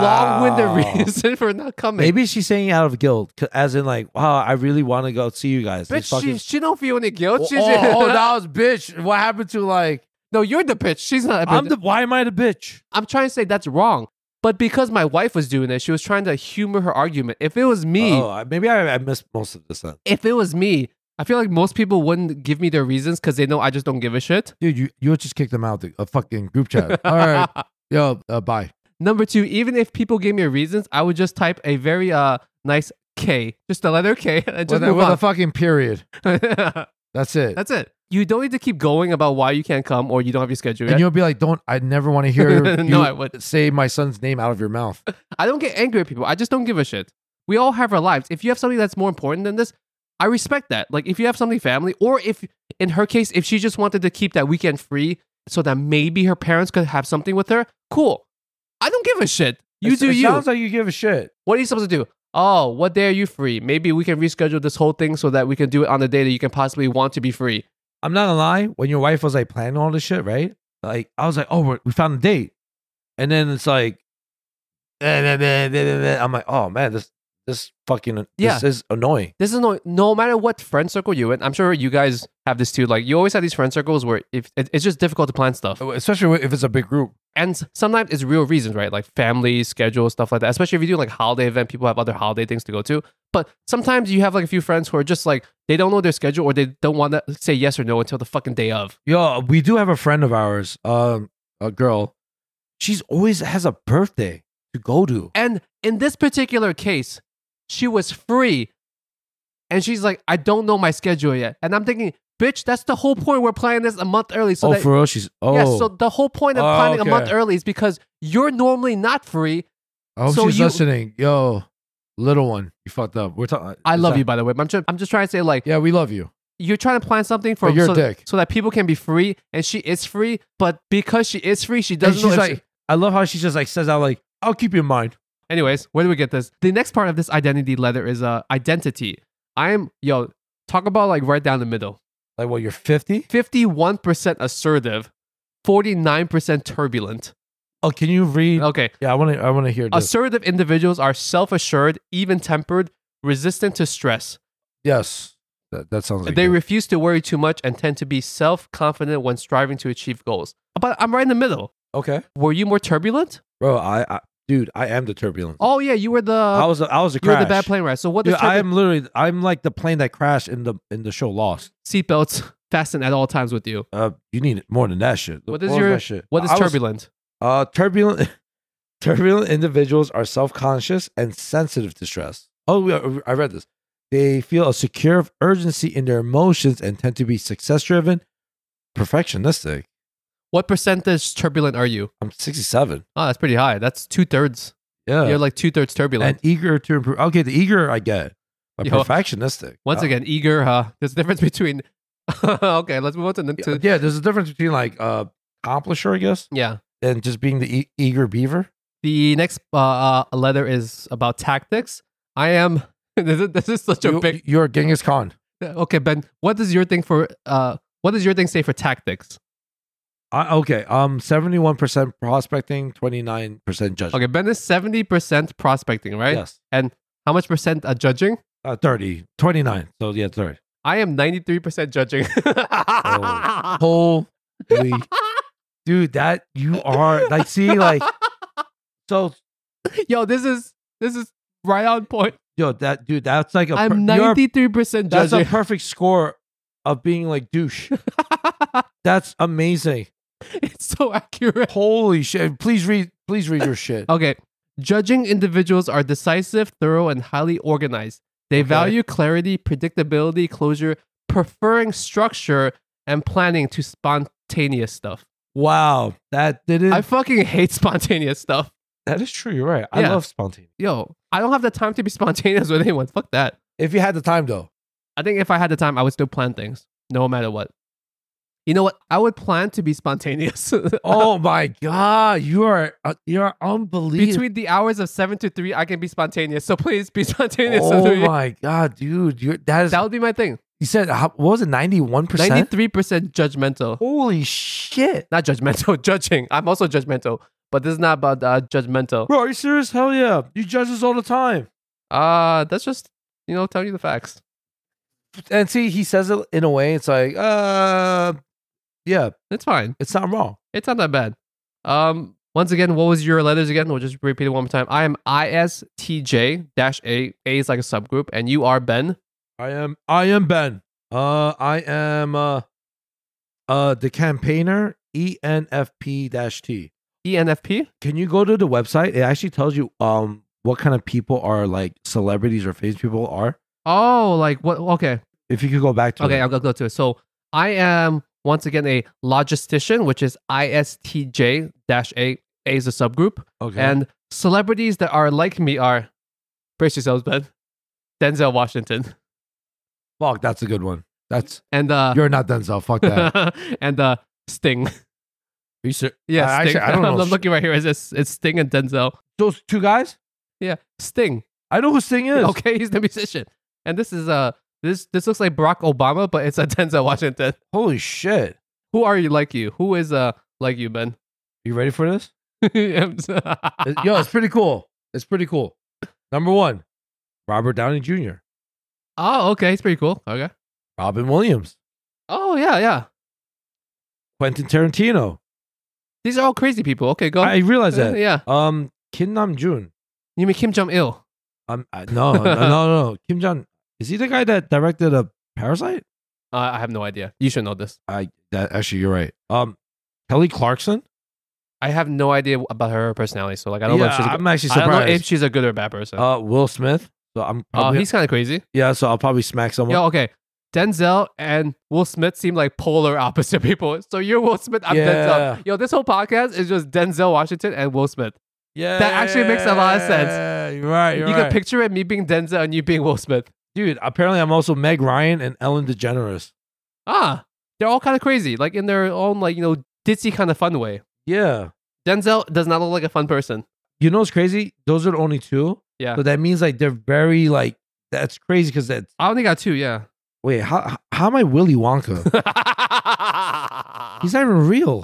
S1: long-winded
S2: Wow.
S1: reason for not coming?
S2: Maybe she's saying out of guilt, 'cause- as in like, wow, I really want to go see you guys.
S1: Bitch,
S2: It's
S1: she,
S2: fucking-
S1: she don't feel any guilt.
S2: oh,
S1: She just-
S2: oh, oh, that was bitch. What happened to like?
S1: no, you're the bitch. She's not. A bitch.
S2: I'm
S1: I'm,
S2: the. Why am I the bitch?
S1: trying to say that's wrong. But because my wife was doing it, she was trying to humor her argument. If it was me,
S2: Oh, I- maybe I, I missed most of this. Then.
S1: if it was me, I feel like most people wouldn't give me their reasons because they know I just don't give a shit.
S3: Dude, you you just kick them out the a fucking group chat. All right, yo, uh, bye.
S1: Number two, even if people gave me reasons, I would just type a very uh nice K, just the letter K, and just
S3: With, a,
S1: move
S3: with a
S1: on.
S3: fucking period. That's it.
S1: That's it. You don't need to keep going about why you can't come or you don't have your schedule.
S3: and
S1: yet.
S3: you'll be like, don't. I never want to hear you
S1: no, I would.
S3: say my son's name out of your mouth.
S1: I don't get angry at people. I just don't give a shit. We all have our lives. If you have something that's more important than this, I respect that. Like if you have something family, or if in her case, if she just wanted to keep that weekend free so that maybe her parents could have something with her, cool. I don't give a shit. You
S2: It-
S1: do
S2: it
S1: you.
S2: Sounds like you give a shit.
S1: what are you supposed to do? Oh, what day are you free? Maybe we can reschedule this whole thing so that we can do it on the day that you can possibly want to be free.
S2: I'm not gonna lie. When your wife was like planning all this shit, right? Like I was like, oh, we're, we found a date, and then it's like, I'm like, oh man, this this fucking
S1: Yeah.
S2: this is annoying.
S1: This is no no matter what friend circle you in. I'm sure you guys have this too. Like you always have these friend circles where if it, it's just difficult to plan stuff.
S2: Oh,
S3: Especially if it's a big group.
S1: and s- sometimes it's real reasons, right? Like family, schedule, stuff like that. Especially if you do like holiday event, people have other holiday things to go to. But sometimes you have like a few friends who are just like they don't know their schedule or they don't want to say yes or no until the fucking day of.
S2: Yo, we do have a friend of ours, um, a girl. She's always has a birthday to go to.
S1: And in this particular case, she was free, and she's like, I don't know my schedule yet. And I'm thinking, bitch, that's the whole point. We're planning this a month early, so
S2: oh,
S1: that
S2: for real? She's oh,
S1: yeah. So the whole point of
S3: Oh,
S1: planning a month
S3: okay.
S1: early is because you're normally not free.
S3: I hope
S1: So
S3: she's
S1: you-
S3: listening. Yo, little one, you fucked up. We're
S2: uh,
S3: talking.
S1: I love you, by the way. but I'm just, I'm just trying to say like.
S3: Yeah, we love you.
S1: you're trying to plan something for
S3: But you're a
S1: so,
S3: dick.
S1: so that people can be free, and she is free. But because she is free, she
S2: and
S1: doesn't. know
S2: she's
S1: if
S2: like,
S1: she-
S2: I love how she just like says out like, I'll keep you in mind.
S1: anyways, where do we get this? The next part of this identity letter is uh identity. I am yo talk about like right down the middle.
S2: Like, well, you're 50.
S1: Fifty one percent assertive, forty nine percent turbulent.
S2: Oh, can you read?
S1: Okay,
S2: Yeah, I want to. I want to hear this.
S1: assertive individuals are self assured, even tempered, resistant to stress.
S3: Yes, that, that sounds like
S1: they
S3: it.
S1: refuse to worry too much and tend to be self confident when striving to achieve goals. But I'm right in the middle.
S2: okay,
S1: Were you more turbulent?
S2: bro. I, I, dude, I am the turbulence.
S1: Oh yeah, you were the
S2: I was. I was a
S1: You were
S2: crash.
S1: the bad plane ride. So what does
S2: Dude, I
S1: turbulent
S2: am literally. I'm like the plane that crashed in the in the show Lost.
S1: seatbelts fasten at all times with you?
S2: Uh, you need more than that shit.
S1: What
S2: More
S1: is
S2: than
S1: your-
S2: that shit.
S1: What is
S2: I was-
S1: turbulent?
S2: Uh, turbulent, turbulent individuals are self-conscious and sensitive to stress. Oh, we are, I read this. They feel a secure urgency in their emotions and tend to be success-driven, perfectionistic.
S1: What percentage turbulent are you?
S2: I'm 67.
S1: Oh, that's pretty high. That's two thirds.
S2: Yeah,
S1: You're like two thirds
S2: and
S1: turbulent.
S2: eager to improve. Okay, the eager I get, but
S1: Yo,
S2: perfectionistic.
S1: Once
S2: Uh,
S1: again, eager, huh? There's a difference between. okay, let's move on to the.
S2: yeah,
S1: To,
S2: yeah, there's a difference between like uh, accomplisher, I guess,
S1: yeah.
S2: and just being the e- eager beaver.
S1: The next uh, uh, letter is about tactics. I am. this, is, this is such a
S3: You-
S1: big. uh,
S3: You're Genghis Khan.
S1: Okay, Ben. What does your thing for? Uh, what does your thing say for tactics?
S2: I, okay, um, seventy-one percent prospecting, twenty-nine percent judging.
S1: Okay, Ben is seventy percent prospecting, right?
S2: Yes,
S1: How much percent uh, judging?
S2: uh, 30, 29. So yeah, thirty.
S1: I am 93% judging.
S2: Oh. Holy, dude, that you are like, see, like, so
S1: Yo, this is this is right on point.
S2: yo, that dude, that's like a per-
S1: I'm
S2: you're-
S1: 93%
S2: That's a
S1: judging.
S2: perfect score of being like douche. That's amazing.
S1: it's so accurate.
S3: Holy shit! Please read. Please read your shit.
S1: Okay. Judging individuals are decisive, thorough, and highly organized. They value clarity, predictability, closure, preferring structure and planning to spontaneous stuff.
S2: Wow, that didn't.
S1: I fucking hate spontaneous stuff.
S2: that is true. You're right. I
S1: Yeah.
S2: love spontaneity.
S1: Yo, I don't have the time to be spontaneous with anyone. Fuck that.
S3: If you had the time though,
S1: I think if I had the time, I would still plan things, no matter what. You know what? I would plan to be spontaneous.
S2: Oh my god, you are uh, you are unbelievable.
S1: Between the hours of seven to three, I can be spontaneous. So please be spontaneous.
S2: Oh
S1: with me.
S2: my god, dude, you're that is.
S1: That would be my thing.
S2: you said how, what was it? Ninety-one percent. Oh.
S1: Ninety-three percent judgmental.
S2: Holy shit,
S1: Not judgmental, judging. I'm also judgmental, but this is not about uh, judgmental.
S2: bro, are you serious? Hell yeah, you judge us all the time.
S1: Uh that's just you know telling you the facts.
S2: And see, he says it in a way. It's like, uh, yeah,
S1: It's fine.
S2: it's not wrong.
S1: It's not that bad. Um, once again, what was your letters again? We'll just repeat it one more time. I am ISTJ dash A. A is like a subgroup, and you are Ben.
S2: I am, I am Ben. Uh, I am uh, uh, the campaigner E ENFP T.
S1: E ENFP?
S2: Can you go to the website? It actually tells you um what kind of people are like celebrities or famous people are.
S1: Oh, like what? Okay.
S2: If you could go back to
S1: Okay,
S2: it.
S1: I'll go, go to it. So I am once again a logistician, which is ISTJ dash A. A is a subgroup.
S2: okay,
S1: And celebrities that are like me are brace yourselves, Ben. Denzel Washington.
S2: fuck, that's a good one. That's
S1: And uh
S2: you're not Denzel. Fuck that.
S1: and uh Sting.
S2: Are you ser-
S1: Yeah,
S2: I- actually,
S1: Sting.
S2: I don't know.
S1: am looking right here. It's, it's it's Sting and Denzel.
S2: Those two guys.
S1: Yeah. Sting.
S2: I know who Sting is.
S1: Okay, he's the musician. And this is uh this this looks like Barack Obama, but it's a Denzel Washington.
S2: Holy shit!
S1: Who are you like you? Who is uh like you, Ben?
S2: You ready for this?
S1: I'm so-
S2: It- Uh, Yo, it's pretty cool. It's pretty cool. Number one, Robert Downey Jr.,
S1: oh, okay, it's pretty cool. Okay.
S2: Robin Williams,
S1: Oh yeah, yeah.
S2: Quentin Tarantino.
S1: These are all crazy people. Okay, go.
S2: I realize
S1: Uh,
S2: that.
S1: yeah.
S2: Um, Kim Nam Jun.
S1: You mean Kim Jong Il?
S2: Um, I- no, no, no, no. Kim Jong. Is he the guy that directed a Parasite?
S1: Uh, I have no idea. You should know this.
S2: I that actually, you're right. Um, Kelly Clarkson.
S1: I have no idea about her personality. So like, I don't know if
S2: yeah,
S1: she's. A good,
S2: I'm actually
S1: I don't know if
S2: surprised.
S1: she's a good or bad person.
S2: Uh, Will Smith. So I'm
S1: oh,
S2: probably
S1: he's kind of crazy.
S2: yeah. So I'll probably smack someone.
S1: Yo, okay. Denzel and Will Smith seem like polar opposite people. So you're Will Smith, I'm
S2: Yeah.
S1: Denzel. Yo, this whole podcast is just Denzel Washington and Will Smith.
S2: yeah,
S1: that actually makes a lot of sense.
S2: You're right.
S1: you
S2: You're
S1: can
S2: right.
S1: picture it me being Denzel and you being Will Smith.
S2: dude. Apparently, I'm also Meg Ryan and Ellen DeGeneres.
S1: Ah, they're all kind of crazy, like in their own like you know ditzy kind of fun way.
S2: Yeah.
S1: Denzel does not look like a fun person.
S2: You know what's crazy? Those are the only two.
S1: Yeah.
S2: So that means like they're very like that's crazy because that's
S1: I only got two, yeah.
S2: wait how how am I Willy Wonka? He's not even real.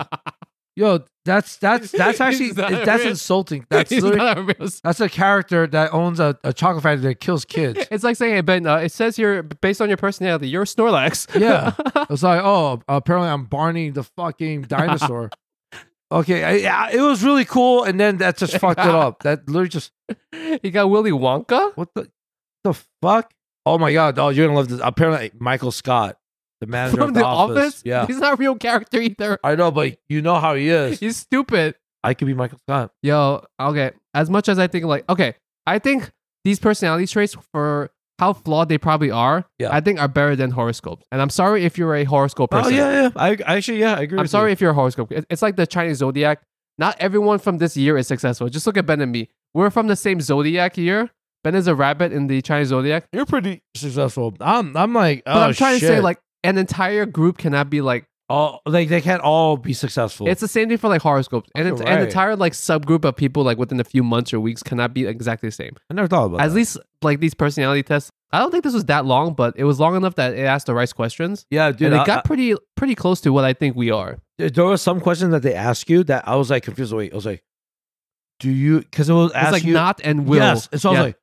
S2: Yo, that's that's that's
S1: He's
S2: actually
S1: not
S2: that's
S1: real.
S2: insulting. That's
S1: He's
S2: literally-
S1: not a real s-
S2: that's a character that owns a, a chocolate factory that kills kids.
S1: It's like saying, hey, Ben, uh, it says you're based on your personality, you're Snorlax.
S2: Yeah. It's like, oh, apparently I'm Barney the fucking dinosaur. okay, I, yeah, it was really cool, and then that just fucked it up. That literally just
S1: he got Willy Wonka?
S2: what the the fuck? Oh my god! Oh, you're gonna love this. Apparently, Michael Scott, the manager
S1: From
S2: of the, office. yeah,
S1: He's not a real character either.
S2: I know, but you know how he is.
S1: He's stupid.
S2: I could be Michael Scott.
S1: Yo, okay. As much as I think, like, okay, I think these personality traits, for how flawed they probably are,
S2: Yeah.
S1: I think are better than horoscopes. And I'm sorry if you're a horoscope
S2: Oh
S1: person.
S2: yeah, yeah. I, I actually, yeah, I agree.
S1: I'm
S2: with
S1: sorry
S2: you.
S1: if you're a horoscope. It- It's like the Chinese zodiac. Not everyone from this year is successful. Just look at Ben and me. We're from the same zodiac year. Ben is a rabbit in the Chinese zodiac.
S2: You're pretty successful. I'm, I'm like,
S1: But
S2: oh,
S1: I'm trying
S2: shit.
S1: to say, like, an entire group cannot be like.
S2: oh, like they can't all be successful.
S1: It's the same thing for like horoscopes. And
S2: You're
S1: it's, an
S2: right.
S1: entire like subgroup of people like within a few months or weeks cannot be exactly the same.
S2: I never thought about.
S1: At
S2: that.
S1: least like these personality tests. I don't think this was that long, but it was long enough that it asked the right questions.
S2: yeah, dude.
S1: and it
S2: I-
S1: got pretty pretty close to what I think we are.
S2: I- there was some questions that they asked you that I was like confused. Wait, I was like, do you? Because it was
S1: It's
S2: ask
S1: like
S2: you.
S1: not and will.
S2: Yes, and so I was
S1: Yeah.
S2: like,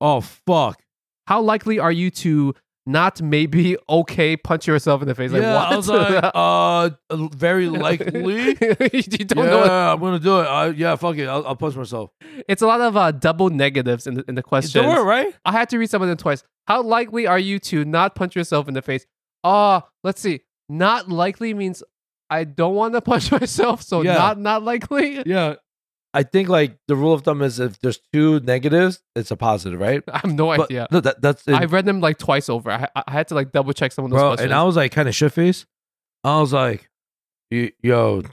S2: oh fuck.
S1: how likely are you to not maybe okay punch yourself in the face? Like
S2: yeah,
S1: what?
S2: I was like, uh, very likely.
S1: you don't
S2: yeah,
S1: know. what-
S2: I'm gonna do it. I, yeah, fuck it. I'll, I'll punch myself.
S1: It's a lot of uh, double negatives in the, in the
S2: It's the
S1: questions.
S2: word, right?
S1: I had to read some of them twice. How likely are you to not punch yourself in the face? Uh, let's see. Not likely means I don't want to punch myself, so
S2: Yeah.
S1: not not likely.
S2: Yeah. I think like the rule of thumb is if there's two negatives, it's a positive, right?
S1: I have no
S2: But
S1: idea.
S2: no, that, that's it,
S1: I read them like twice over. I, I had to like double check some of those
S2: bro.
S1: questions.
S2: And I was like kind of shit faced. I was like, y- yo,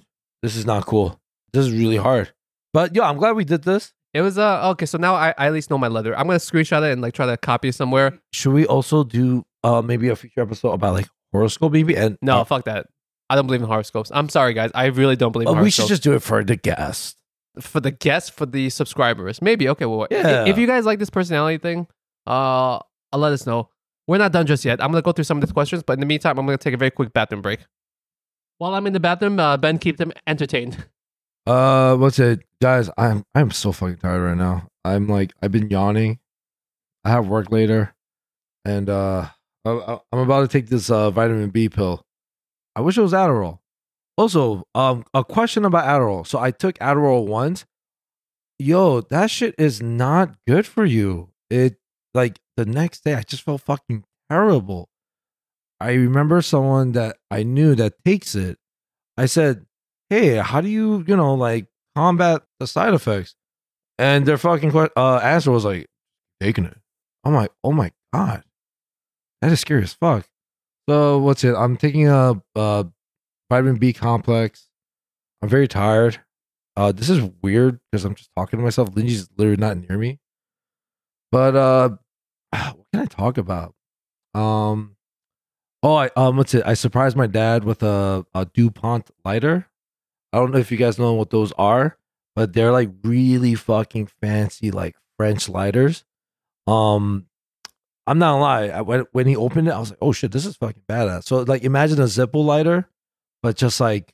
S2: this is not cool. This is really hard. But yo, I'm glad we did this.
S1: it was uh okay. So now I, I at least know my letter. I'm gonna screenshot it and like try to copy it somewhere.
S2: Should we also do uh maybe a future episode about like horoscope maybe? And
S1: No,
S2: uh,
S1: fuck that. I don't believe in horoscopes. I'm sorry, guys. I really don't believe in
S2: but oh, we should
S1: horoscopes.
S2: just do it for the guest.
S1: for the guests, for the subscribers, maybe. Okay, well,
S2: Yeah.
S1: yeah. if you guys like this personality thing, uh, let us know. We're not done just yet. I'm gonna go through some of these questions, but in the meantime, I'm gonna take a very quick bathroom break. While I'm in the bathroom, uh, Ben keep them entertained.
S2: Uh, what's it, guys? I'm I'm so fucking tired right now. I'm like I've been yawning. I have work later, and uh, I, I- I'm about to take this uh vitamin B pill. I wish it was Adderall. Also, um, a question about Adderall. So I took Adderall once. Yo, that shit is not good for you. It like the next day I just felt fucking terrible. I remember someone that I knew that takes it. I said, "Hey, how do you, you know, like combat the side effects?" And their fucking que- uh, answer was like, "Taking it." I'm like, "Oh my god, that is scary as fuck." So what's it? I'm taking a uh, vitamin B complex. I'm very tired. Uh, this is weird because I'm just talking to myself. Lindsay's literally not near me. But uh, what can I talk about? Um, oh, I um, what's it? I surprised my dad with a, a Dupont lighter. I don't know if you guys know what those are, but they're like really fucking fancy, like French lighters. Um, I'm not gonna lie. I, when when he opened it, I was like, oh shit, this is fucking badass. So like, imagine a Zippo lighter, but just like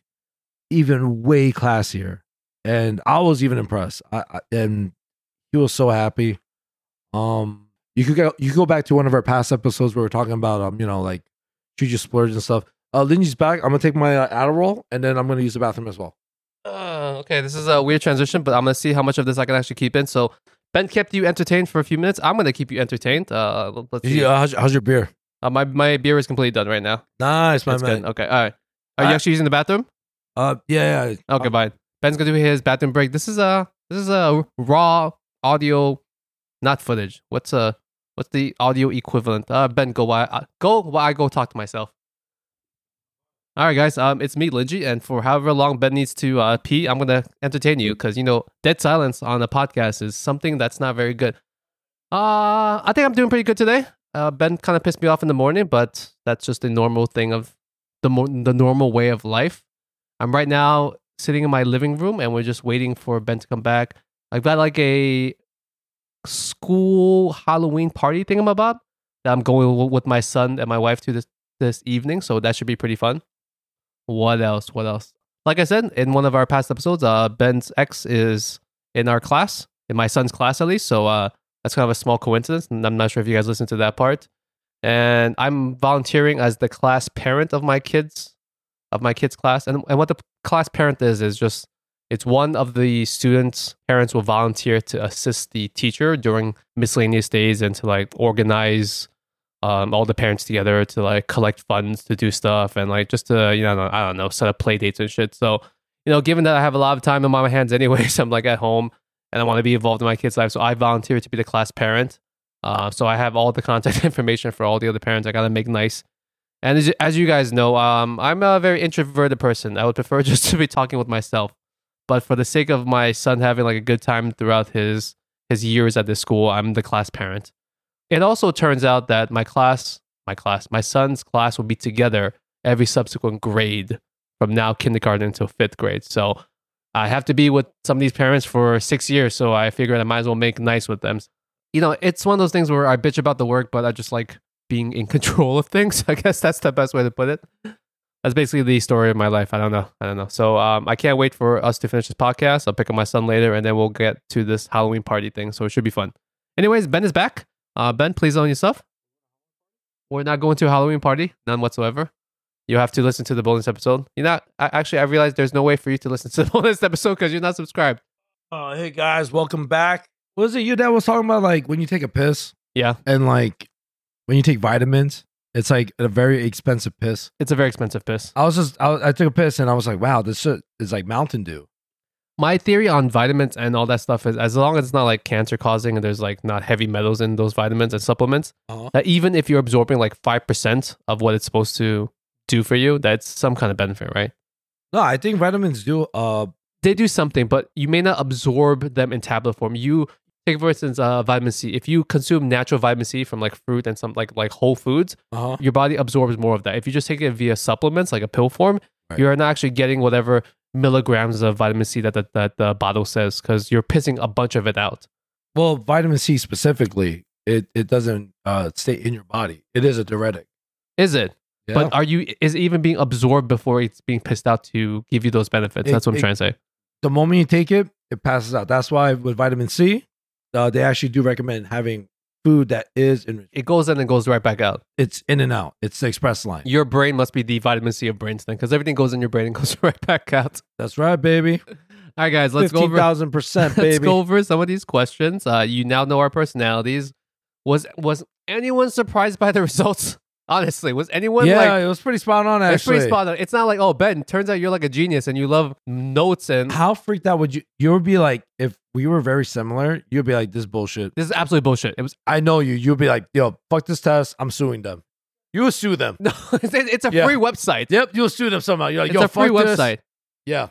S2: even way classier. And I was even impressed. I, I and he was so happy. Um, you could go you could go back to one of our past episodes where we are talking about um, you know, like shoot your splurge and stuff. Uh, Lindy's back. I'm gonna take my uh, Adderall and then I'm gonna use the bathroom as well.
S1: Uh, okay, this is a weird transition, but I'm gonna see how much of this I can actually keep in. So Ben kept you entertained for a few minutes. I'm gonna keep you entertained. Uh, l- let's see.
S2: Yeah, how's, how's your beer?
S1: Uh, my my beer is completely done right now.
S2: Nice, my
S1: That's
S2: man.
S1: good. Okay, all right. Are you
S2: I-
S1: actually using the bathroom?
S2: Uh, yeah, yeah.
S1: Okay,
S2: Uh,
S1: fine. Ben's gonna do his bathroom break. This is a this is a raw audio, not footage. What's uh what's the audio equivalent? Uh, Ben, go while I, go while I go talk to myself. All right, guys. Um, it's me, Linji, and for however long Ben needs to uh, pee, I'm gonna entertain you because you know dead silence on a podcast is something that's not very good. Uh, I think I'm doing pretty good today. Uh, Ben kind of pissed me off in the morning, but that's just the normal thing of the mo- the normal way of life. I'm right now sitting in my living room and we're just waiting for Ben to come back. I've got like a school Halloween party thing I'm about that I'm going w- with my son and my wife to this this evening, so that should be pretty fun. What else? What else? Like I said in one of our past episodes, uh, Ben's ex is in our class, in my son's class at least. So uh, that's kind of a small coincidence, and I'm not sure if you guys listened to that part. And I'm volunteering as the class parent of my kids, of my kids' class. And, and what the class parent is is just it's one of the students' parents will volunteer to assist the teacher during miscellaneous days and to like organize um, all the parents together to like collect funds to do stuff and like just to you know I don't know set up play dates and shit. So you know, given that I have a lot of time in my hands anyways, I'm like at home and I want to be involved in my kids' life. So I volunteer to be the class parent. Uh, so I have all the contact information for all the other parents. I gotta make nice. And as, as you guys know, um, I'm a very introverted person. I would prefer just to be talking with myself. But for the sake of my son having like a good time throughout his his years at this school, I'm the class parent. It also turns out that my class, my class, my son's class will be together every subsequent grade from now kindergarten until fifth grade. So I have to be with some of these parents for six years. So I figured I might as well make nice with them. You know, it's one of those things where I bitch about the work, but I just like being in control of things. I guess that's the best way to put it. That's basically the story of my life. I don't know. I don't know. So um, I can't wait for us to finish this podcast. I'll pick up my son later, and then we'll get to this Halloween party thing. So it should be fun. Anyways, Ben is back. Uh, ben, please own yourself. We're not going to a Halloween party, none whatsoever. You have to listen to the bonus episode. You're not. I, actually, I realized there's no way for you to listen to the bonus episode because you're not subscribed.
S2: Oh, hey guys, welcome back. Was it you that was talking about like when you take a piss?
S1: Yeah.
S2: And like when you take vitamins, it's like a very expensive piss.
S1: It's a very expensive piss.
S2: I was just I, was- I took a piss and I was like, wow, this shit is like Mountain Dew.
S1: my theory on vitamins and all that stuff is as long as it's not like cancer causing and there's like not heavy metals in those vitamins and supplements
S2: Uh-huh.
S1: that even if you're absorbing like 5% of what it's supposed to do for you that's some kind of benefit right
S2: No, I think vitamins do. Uh,
S1: they do something but you may not absorb them in tablet form you take for instance uh, vitamin c if you consume natural vitamin c from like fruit and some like like whole foods
S2: uh
S1: your body absorbs more of that. If you just take it via supplements, like a pill form,
S2: Right.
S1: you're not actually getting whatever milligrams of vitamin C that the, that the bottle says because you're pissing a bunch of it out.
S2: Well, vitamin C specifically, it it doesn't uh stay in your body. It is a diuretic.
S1: Is it?
S2: Yeah.
S1: But are you? Is it even being absorbed before it's being pissed out to give you those benefits?
S2: It-
S1: That's what I'm
S2: it-
S1: trying to say.
S2: the moment you take it, it passes out. That's why with vitamin C, uh, they actually do recommend having food that is in,
S1: It goes in and goes right back out.
S2: it's in and out. It's the express line.
S1: Your brain must be the vitamin C of brains then, because everything goes in your brain and goes right back out.
S2: That's right, baby.
S1: All right, guys, let's go
S2: Fifteen
S1: over.
S2: thousand percent,
S1: Let's
S2: baby.
S1: go over some of these questions. Uh, you now know our personalities. Was was anyone surprised by the results? Honestly, was anyone
S2: yeah,
S1: like?
S2: it was pretty spot on actually.
S1: It's pretty spot on. It's not like, oh, Ben, turns out you're like a genius and you love notes and
S2: How freaked out would you? You would be like, if we were very similar, you'd be like, this is bullshit.
S1: this is absolute bullshit. It was
S2: I know you. You'd be like, yo, fuck this test. I'm suing them. You would sue them.
S1: no, it's, it's a
S2: Yeah.
S1: free website.
S2: Yep, you'll sue them somehow. You're like,
S1: it's
S2: yo,
S1: a free
S2: fuck this.
S1: website.
S2: Yeah,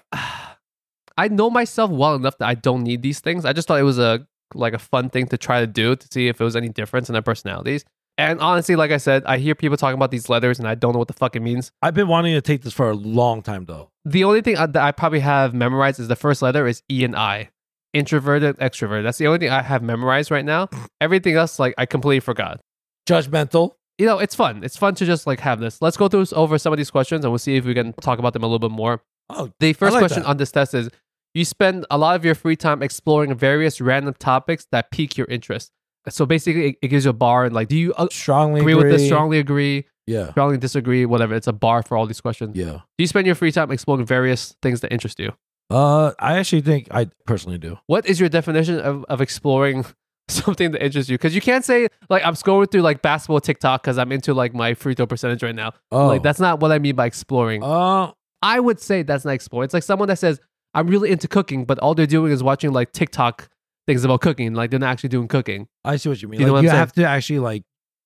S1: I know myself well enough that I don't need these things. I just thought it was a like a fun thing to try to do to see if it was any difference in their personalities. And honestly, like I said, I hear people talking about these letters and I don't know what the fuck it means.
S2: I've been wanting to take this for a long time though.
S1: The only thing I- that I probably have memorized is the first letter is E and I. Introverted, extroverted. That's the only thing I have memorized right now. Everything else, like I completely forgot.
S2: Judgmental.
S1: You know, it's fun. It's fun to just like have this. Let's go through s- over some of these questions and we'll see if we can talk about them a little bit more.
S2: Oh,
S1: The first
S2: like
S1: question
S2: that.
S1: on this test is you spend a lot of your free time exploring various random topics that pique your interest. So basically, it, it gives you a bar and like, do you uh,
S2: strongly
S1: agree with this, strongly agree,
S2: Yeah,
S1: strongly disagree, whatever. It's a bar for all these questions.
S2: yeah.
S1: Do you spend your free time exploring various things that interest you?
S2: Uh, I actually think I personally do.
S1: What is your definition of, of exploring something that interests you? Because you can't say, like, I'm scrolling through like basketball TikTok because I'm into like my free throw percentage right now.
S2: Oh,
S1: Like, that's not what I mean by exploring.
S2: Uh,
S1: I would say that's not exploring. It's like someone that says, I'm really into cooking, but all they're doing is watching like TikTok things about cooking. Like they're not actually doing cooking.
S2: I see what you mean.
S1: You
S2: You,
S1: know
S2: like,
S1: what
S2: you
S1: I'm
S2: have to actually like,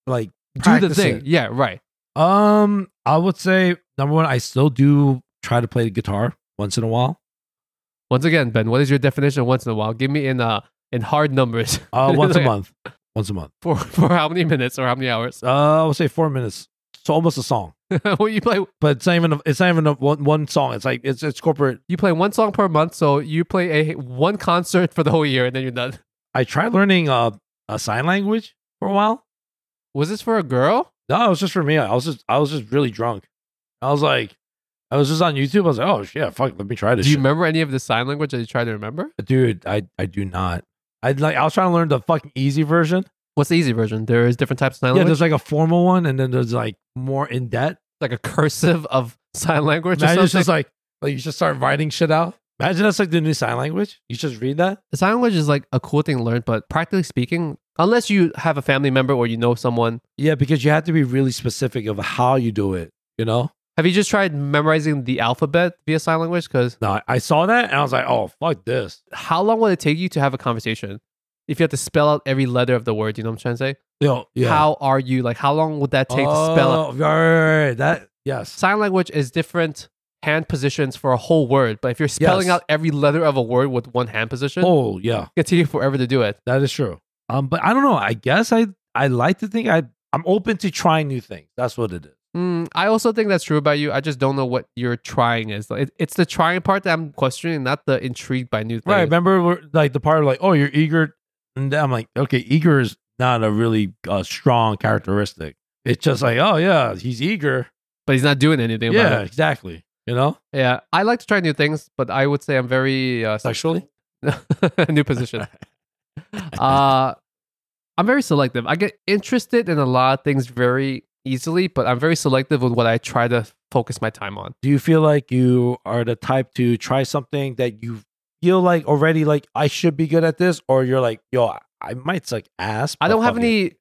S2: like
S1: Do the
S2: practice
S1: thing.
S2: it.
S1: Yeah, right.
S2: Um, I would say number one, I still do try to play the guitar once in a while.
S1: Once again, Ben, what is your definition of once in a while? Give me in uh in hard numbers.
S2: Uh, once a
S1: Like,
S2: month. Once a month.
S1: For for how many minutes or how many hours?
S2: Uh, I would say four minutes. It's almost a song,
S1: well, you play
S2: but it's not even. A, it's not even a one, one song. It's like it's it's corporate.
S1: you play one song per month, so you play a one concert for the whole year and then you're done.
S2: I tried learning uh, a sign language for a while.
S1: Was this for a girl?
S2: No, it was just for me. I was just I was just really drunk. I was like, I was just on YouTube. I was like, oh yeah, fuck, let me try this.
S1: Do you
S2: shit.
S1: remember any of the sign language that you try to remember?
S2: dude? I I do not. I like I was trying to learn the fucking easy version.
S1: What's the easy version? There is different types of sign
S2: Yeah,
S1: language,
S2: there's like a formal one, and then there's like more in debt.
S1: like a cursive of sign language. Or
S2: Imagine
S1: something.
S2: it's just like like you just start writing shit out. Imagine that's like the new sign language. You just read that.
S1: The sign language is like a cool thing to learn, but practically speaking, unless you have a family member or you know someone,
S2: Yeah, because you have to be really specific of how you do it. You know.
S1: have you just tried memorizing the alphabet via sign language? Because
S2: No, I- I saw that and I was like, oh fuck this.
S1: how long will it take you to have a conversation if you have to spell out every letter of the word? You know what I'm trying to say?
S2: Yo, yeah.
S1: How are you? Like, how long would that take to spell out?
S2: Oh, right, right, right, that yes.
S1: Sign language is different hand positions for a whole word, but if you're spelling
S2: Yes.
S1: out every letter of a word with one hand position,
S2: Oh yeah,
S1: it takes you forever to do it.
S2: that is true. Um, but I don't know. I guess I I like to think I I'm open to trying new things. That's what it is.
S1: Mm, I also think that's true about you. I just don't know what your trying is. Like, it- it's the trying part that I'm questioning, not the intrigued by new things.
S2: Right. Remember, we're, like the part of like, oh, you're eager, and then I'm like, okay, eager is not a really uh, strong characteristic. It's just like, oh yeah, he's eager.
S1: but he's not doing anything
S2: yeah,
S1: about it.
S2: exactly. You know,
S1: Yeah, I like to try new things, but I would say I'm very uh,
S2: sexually.
S1: new position. uh, I'm very selective. I get interested in a lot of things very easily, but I'm very selective with what I try to focus my time on.
S2: Do you feel like you are the type to try something that you feel like already like I should be good at this, or you're like, yo, I- I might suck ass.
S1: I
S2: but
S1: don't have
S2: fuck it.
S1: any.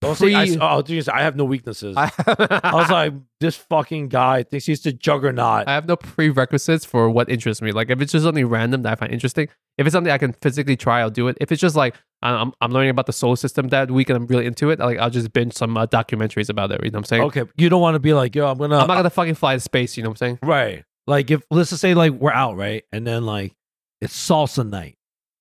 S2: Don't say I,
S1: pre-
S2: oh, geez, I have no weaknesses. I,
S1: I, I
S2: was like, this fucking guy thinks he's the juggernaut.
S1: I have no prerequisites for what interests me. Like if it's just something random that I find interesting, if it's something I can physically try, I'll do it. If it's just like I- I'm, I'm learning about the solar system that week and I'm really into it, like I'll just binge some uh, documentaries about it. You know what I'm saying?
S2: okay, uh, you don't want to be like, yo, I'm gonna,
S1: I'm not gonna fucking fly to space. You know what I'm saying?
S2: right? Like, if let's just say like we're out, right, and then like it's salsa night,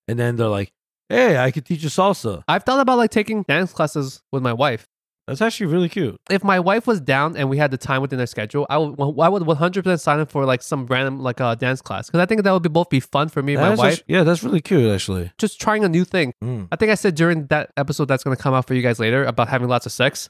S2: and then they're like, hey, I could teach you salsa.
S1: I've thought about like taking dance classes with my wife.
S2: That's actually really cute.
S1: If my wife was down and we had the time within our schedule, I would I would 100% sign up for like some random like uh, dance class because I think that would be both be fun for me and my
S2: That's
S1: wife.
S2: actu- yeah, that's really cute actually.
S1: just trying a new thing.
S2: Mm.
S1: I think I said during that episode that's going to come out for you guys later about having lots of sex.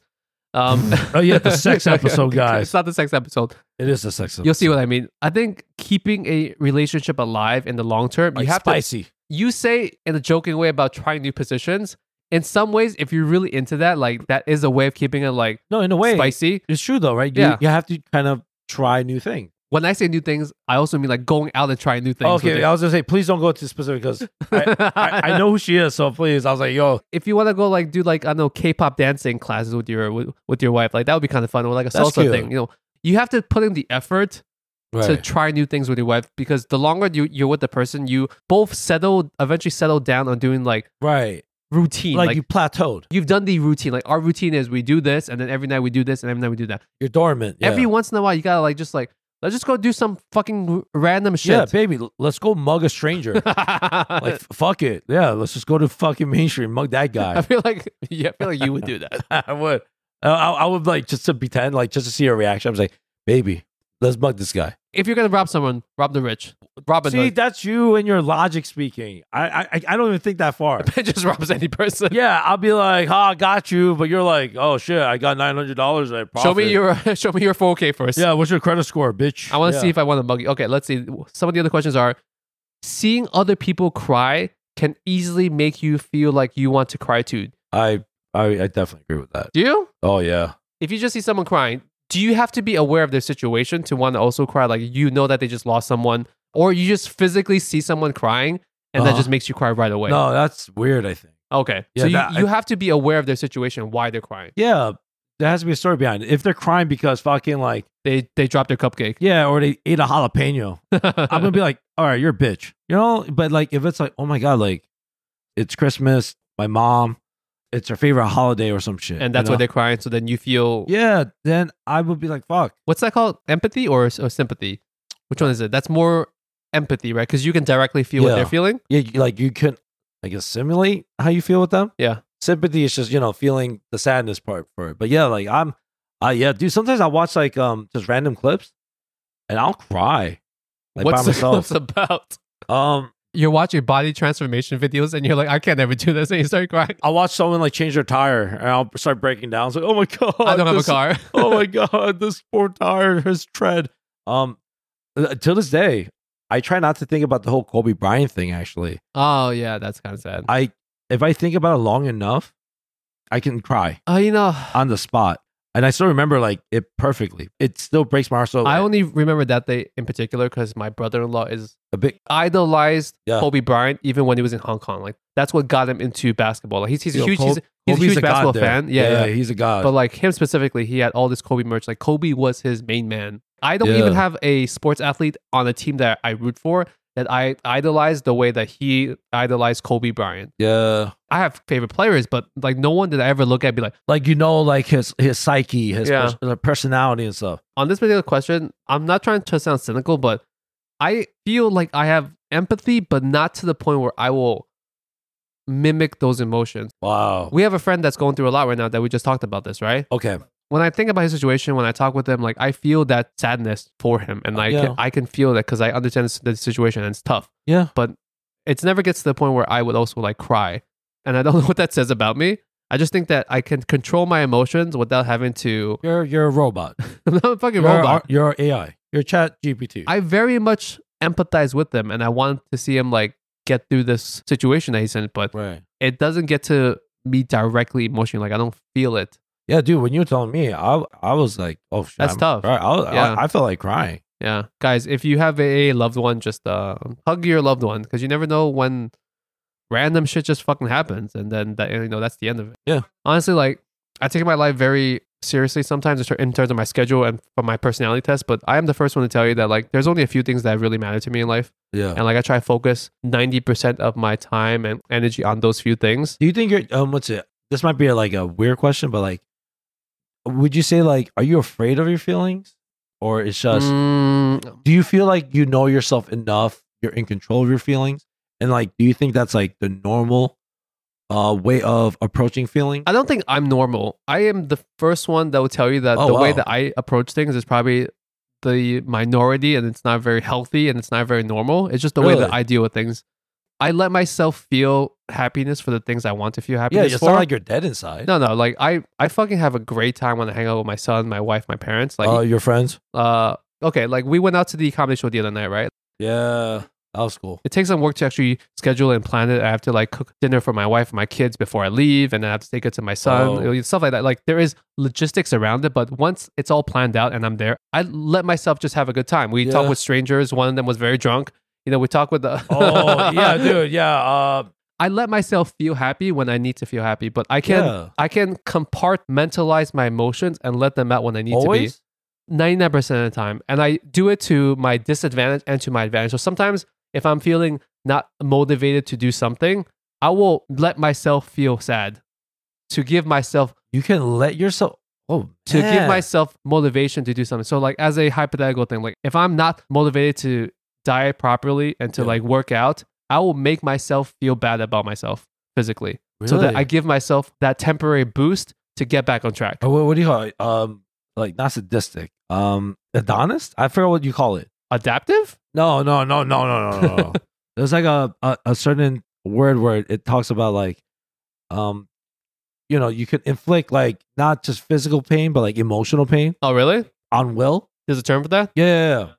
S1: Um,
S2: Oh yeah, the sex episode,
S1: It's
S2: guys.
S1: not the sex episode.
S2: It is the sex. episode.
S1: You'll see what I mean. I think keeping a relationship alive in the long term,
S2: Like
S1: you have to.
S2: spicy.
S1: You say in a joking way about trying new positions. In some ways, if you're really into that, like that is a way of keeping it like
S2: no, in a way,
S1: spicy.
S2: it's true though, right? You,
S1: Yeah.
S2: you have to kind of try new things.
S1: When I say new things, I also mean like going out and trying new things. with
S2: Okay,
S1: it.
S2: I was gonna say, please don't go too specific because I, I, I know who she is. So please, I was like, yo,
S1: if you want to go like do like I don't know K-pop dancing classes with your with, with your wife, like that would be kind of fun or like a
S2: That's
S1: salsa
S2: cute.
S1: thing. You know, you have to put in the effort to try new things with your wife because the longer you you're with the person, you both settle eventually settle down on doing like
S2: right,
S1: routine.
S2: like,
S1: Like,
S2: you plateaued.
S1: you- have done the routine. Like our routine is we do this and then every night we do this and every night we do that.
S2: You're dormant. Yeah.
S1: Every once in a while, you gotta like just like let's just go do some fucking r- random
S2: yeah,
S1: shit.
S2: baby, l- let's go mug a stranger. like f- fuck it, yeah, let's just go to fucking mainstream, mug that
S1: I
S2: guy.
S1: feel like yeah, I feel like you would do that.
S2: I would, I, I I would like just to pretend, like just to see her reaction. I was like, baby, let's mug this guy.
S1: If you're gonna rob someone, rob the rich. Robin
S2: See,
S1: Hood.
S2: that's you and your logic speaking. I, I, I- I don't even think that far.
S1: just robs any person.
S2: yeah, I'll be like, ha, I got you, but you're like, oh shit, I got nine hundred dollars.
S1: Show me your show me your 4K first.
S2: Yeah, what's your credit score, bitch?
S1: I want to
S2: Yeah.
S1: see if I want to mug you. Okay, let's see. Some of the other questions are: Seeing other people cry can easily make you feel like you want to cry too.
S2: I, I I definitely agree with that.
S1: Do you?
S2: Oh yeah.
S1: If you just see someone crying, do you have to be aware of their situation to want to also cry? Like you know that they just lost someone, or you just physically see someone crying and that
S2: Uh-huh.
S1: just makes you cry right away.
S2: No, that's weird, I think.
S1: Okay, so
S2: Yeah,
S1: you,
S2: that-
S1: you have to be aware of their situation, why they're crying.
S2: Yeah. There has to be a story behind it. If they're crying because fucking like
S1: They they dropped their cupcake.
S2: yeah, or they ate a jalapeno, I'm gonna be like, all right, you're a bitch. You know? But like if it's like, oh my god, like it's Christmas, my mom, it's her favorite holiday or some shit.
S1: and that's why
S2: you know?
S1: they're crying. So then you feel
S2: Yeah, then I would be like, fuck.
S1: what's that called? Empathy or, or sympathy? Which one is it? That's more empathy, right? Because you can directly feel what
S2: Yeah.
S1: they're feeling.
S2: Yeah, you- like you can like assimilate how you feel with them.
S1: Yeah.
S2: Sympathy is just, you know, feeling the sadness part for it. But yeah, like I'm uh yeah, dude, sometimes I watch like um just random clips and I'll cry. Like
S1: what's
S2: by myself.
S1: the clips about?
S2: um
S1: You're watching body transformation videos and you're like, I can't ever do this, and you start crying.
S2: I'll watch someone like change their tire and I'll start breaking down. It's like, oh my god.
S1: I don't have a
S2: this-
S1: car.
S2: oh my god, this poor tire, his tread. Um uh, till this day, I try not to think about the whole Kobe Bryant thing actually.
S1: oh yeah, that's kind of sad.
S2: I if I think about it long enough, I can cry.
S1: Oh, you know,
S2: on the spot. And I still remember like it perfectly. It still breaks my heart. So
S1: I
S2: like,
S1: only remember that day in particular because my brother-in-law is
S2: a big
S1: idolized
S2: Yeah.
S1: Kobe Bryant even when he was in Hong Kong. Like that's what got him into basketball. Like he's he's a
S2: Yo,
S1: huge
S2: Col-
S1: he's, he's a
S2: Kobe's
S1: huge
S2: god
S1: basketball
S2: there.
S1: fan. yeah, yeah.
S2: he's a god.
S1: But like him specifically, he had all this Kobe merch. Like Kobe was his main man. I don't
S2: Yeah.
S1: even have a sports athlete on a team that I root for that I idolize the way that he idolized Kobe Bryant.
S2: yeah,
S1: I have favorite players, but like no one did I ever look at and be like,
S2: like you know, like his his psyche, his
S1: Yeah.
S2: pers- uh, personality and stuff.
S1: on this particular question, I'm not trying to sound cynical, but I feel like I have empathy, but not to the point where I will mimic those emotions.
S2: Wow.
S1: We have a friend that's going through a lot right now that we just talked about this, right?
S2: Okay.
S1: when I think about his situation, when I talk with him, like I feel that sadness for him, and I
S2: Yeah.
S1: can, I can feel that because I understand this- the situation and it's tough.
S2: Yeah.
S1: but it's never gets to the point where I would also like cry, and I don't know what that says about me. I just think that I can control my emotions without having to.
S2: You're you're a robot.
S1: I'm not a fucking
S2: You're,
S1: robot.
S2: a- you're AI. You're Chat GPT.
S1: I very much empathize with him, and I want to see him like get through this situation that he's in, but
S2: right.
S1: it doesn't get to me directly emotionally. Like I don't feel it.
S2: Yeah, dude. When you were telling me, I I was like, oh, shit,
S1: That's
S2: I'm
S1: tough.
S2: Right. I, was- I-
S1: Yeah.
S2: I felt like crying.
S1: Yeah, guys, if you have a loved one, just uh, hug your loved one because you never know when random shit just fucking happens, and then that you know that's the end of it.
S2: Yeah.
S1: honestly, like I take my life very seriously sometimes in ter- in terms of my schedule and from my personality test, but I am the first one to tell you that like there's only a few things that really matter to me in life,
S2: Yeah.
S1: and like I try to focus ninety percent of my time and energy on those few things.
S2: Do you think you're um? What's it? This might be like a weird question, but like, would you say like, are you afraid of your feelings, or it's just
S1: Mm,
S2: do you feel like you know yourself enough you're in control of your feelings and like do you think that's like the normal uh way of approaching feeling
S1: I don't think I'm normal. I am the first one that will tell you that
S2: Oh,
S1: the way
S2: wow.
S1: that I approach things is probably the minority and it's not very healthy and it's not very normal. It's just the way
S2: Really?
S1: that I deal with things. I let myself feel happiness for the things I want to feel
S2: yeah
S1: happiness
S2: it's
S1: for.
S2: not like you're dead inside
S1: no, no, like I, I fucking have a great time when I hang out with my son, my wife, my
S2: Oh,
S1: parents. Like,
S2: Uh, your friends
S1: uh, okay, like we went out to the comedy show the other night, right?
S2: yeah That was cool.
S1: It takes some work to actually schedule and plan it. I have to like cook dinner for my wife and my kids before I leave, and I have to take it to my son,
S2: Oh.
S1: stuff like that. Like there is logistics around it, but once it's all planned out and I'm there, I let myself just have a good time. We talk
S2: Yeah.
S1: with strangers. One of them was very drunk. You know, we talk with the.
S2: Oh yeah, dude. Yeah. Uh,
S1: I let myself feel happy when I need to feel happy, but I can
S2: yeah.
S1: I can compartmentalize my emotions and let them out when I need to be.
S2: Always.
S1: 99% of the time. And I do it to my disadvantage and to my advantage. So sometimes if I'm feeling not motivated to do something, I will let myself feel sad to give myself
S2: You can let yourself. Oh,
S1: to give
S2: man.
S1: myself motivation to do something. So like as a hypothetical thing, like if I'm not motivated to diet properly and to
S2: Yeah.
S1: like work out, I will make myself feel bad about myself physically. So that
S2: Really?
S1: I give myself that temporary boost to get back on track.
S2: Oh, what, what do you call it? Um, like not sadistic. Um, hedonist. I forget what you call it.
S1: Adaptive?
S2: No, no, no, no, no, no, no, no. There's like a, a a certain word where it talks about like, um, you know, you could inflict like not just physical pain but like emotional pain
S1: Oh really?
S2: on will.
S1: There's a term for that?
S2: Yeah, yeah,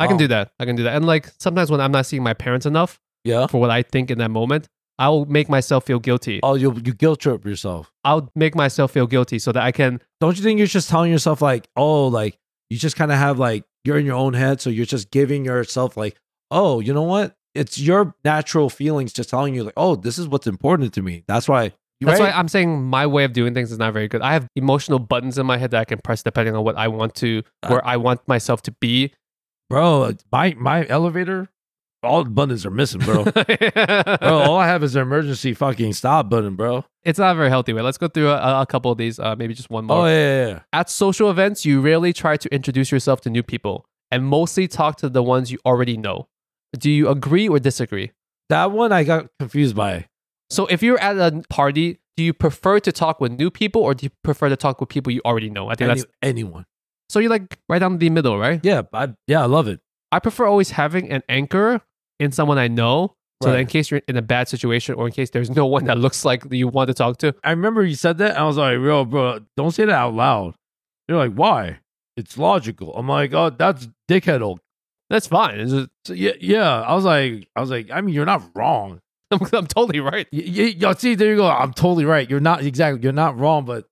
S1: I can
S2: Wow.
S1: do that. I can do that. And like sometimes when I'm not seeing my parents enough
S2: yeah. yeah.
S1: for what I think in that moment, I will make myself feel guilty.
S2: Oh, you you guilt trip yourself.
S1: I'll make myself feel guilty so that I can.
S2: Don't you think you're just telling yourself like, oh, like you just kind of have like you're in your own head, so you're just giving yourself like, oh, you know what? It's your natural feelings just telling you like, oh, this is what's important to me. That's why.
S1: That's
S2: right?
S1: why I'm saying my way of doing things is not very good. I have emotional buttons in my head that I can press depending on what I want to,
S2: Uh,
S1: where I want myself to be.
S2: bro. My my elevator, all the buttons are missing, bro. bro, all I have is an emergency fucking stop button, bro.
S1: it's not a very healthy way. Let's go through a, a couple of these, uh, maybe just one more.
S2: Oh yeah, yeah, yeah.
S1: At social events, you rarely try to introduce yourself to new people and mostly talk to the ones you already know. Do you agree or disagree?
S2: that one I got confused by.
S1: So if you're at a party, do you prefer to talk with new people or do you prefer to talk with people you already know? I think
S2: Any,
S1: that's
S2: anyone?
S1: so you're like right down the middle, right?
S2: Yeah, I, yeah, I love it.
S1: I prefer always having an anchor in someone I know. So that
S2: Right.
S1: in case you're in a bad situation or in case there's no one that looks like you want to talk to.
S2: I remember you said that. And I was like, "Yo, bro, don't say that out loud." You're like, "Why?" It's logical. I'm like, "Oh, that's dickheadle."
S1: That's fine. It's just-
S2: So, yeah, yeah. I was like, I was like, I mean, you're not wrong.
S1: I'm, I'm totally right.
S2: Y- y- y- see, there you go. I'm totally right. You're not exactly. You're not wrong, but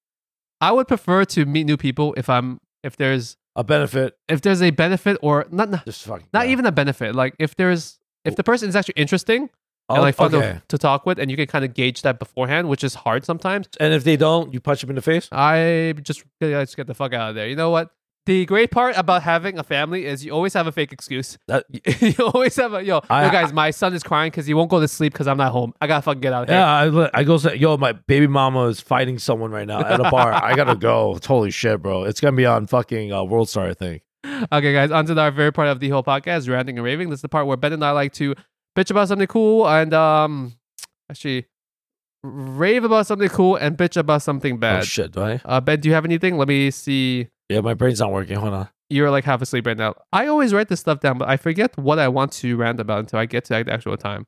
S1: I would prefer to meet new people if I'm if there's
S2: a benefit.
S1: if there's a benefit or not not
S2: Just fucking
S1: not
S2: yeah.
S1: even a benefit. Like if there's if the person is actually interesting and like fun
S2: Oh, okay.
S1: to, to talk with and you can kind of gauge that beforehand, which is hard sometimes.
S2: And if they don't, you punch them in the face.
S1: I just I just get the fuck out of there. You know what? The great part about having a family is you always have a fake excuse.
S2: That,
S1: you always have a yo,
S2: I-
S1: yo guys, my son is crying because he won't go to sleep because I'm not home. I gotta fucking get out of here.
S2: Yeah, I, li- I go say, yo, my baby mama is fighting someone right now at a bar. I gotta go. It's holy shit, bro. It's gonna be on fucking uh, World Star, I think.
S1: Okay, guys, on to our favorite part of the whole podcast, ranting and raving. This is the part where Ben and I like to bitch about something cool and um actually rave about something cool and bitch about something
S2: Oh
S1: bad.
S2: shit, do I?
S1: uh, ben, do you have anything? Let me see.
S2: Yeah, my brain's not working. Hold on.
S1: You're like half asleep right now. I always write this stuff down, but I forget what I want to rant about until I get to the actual time.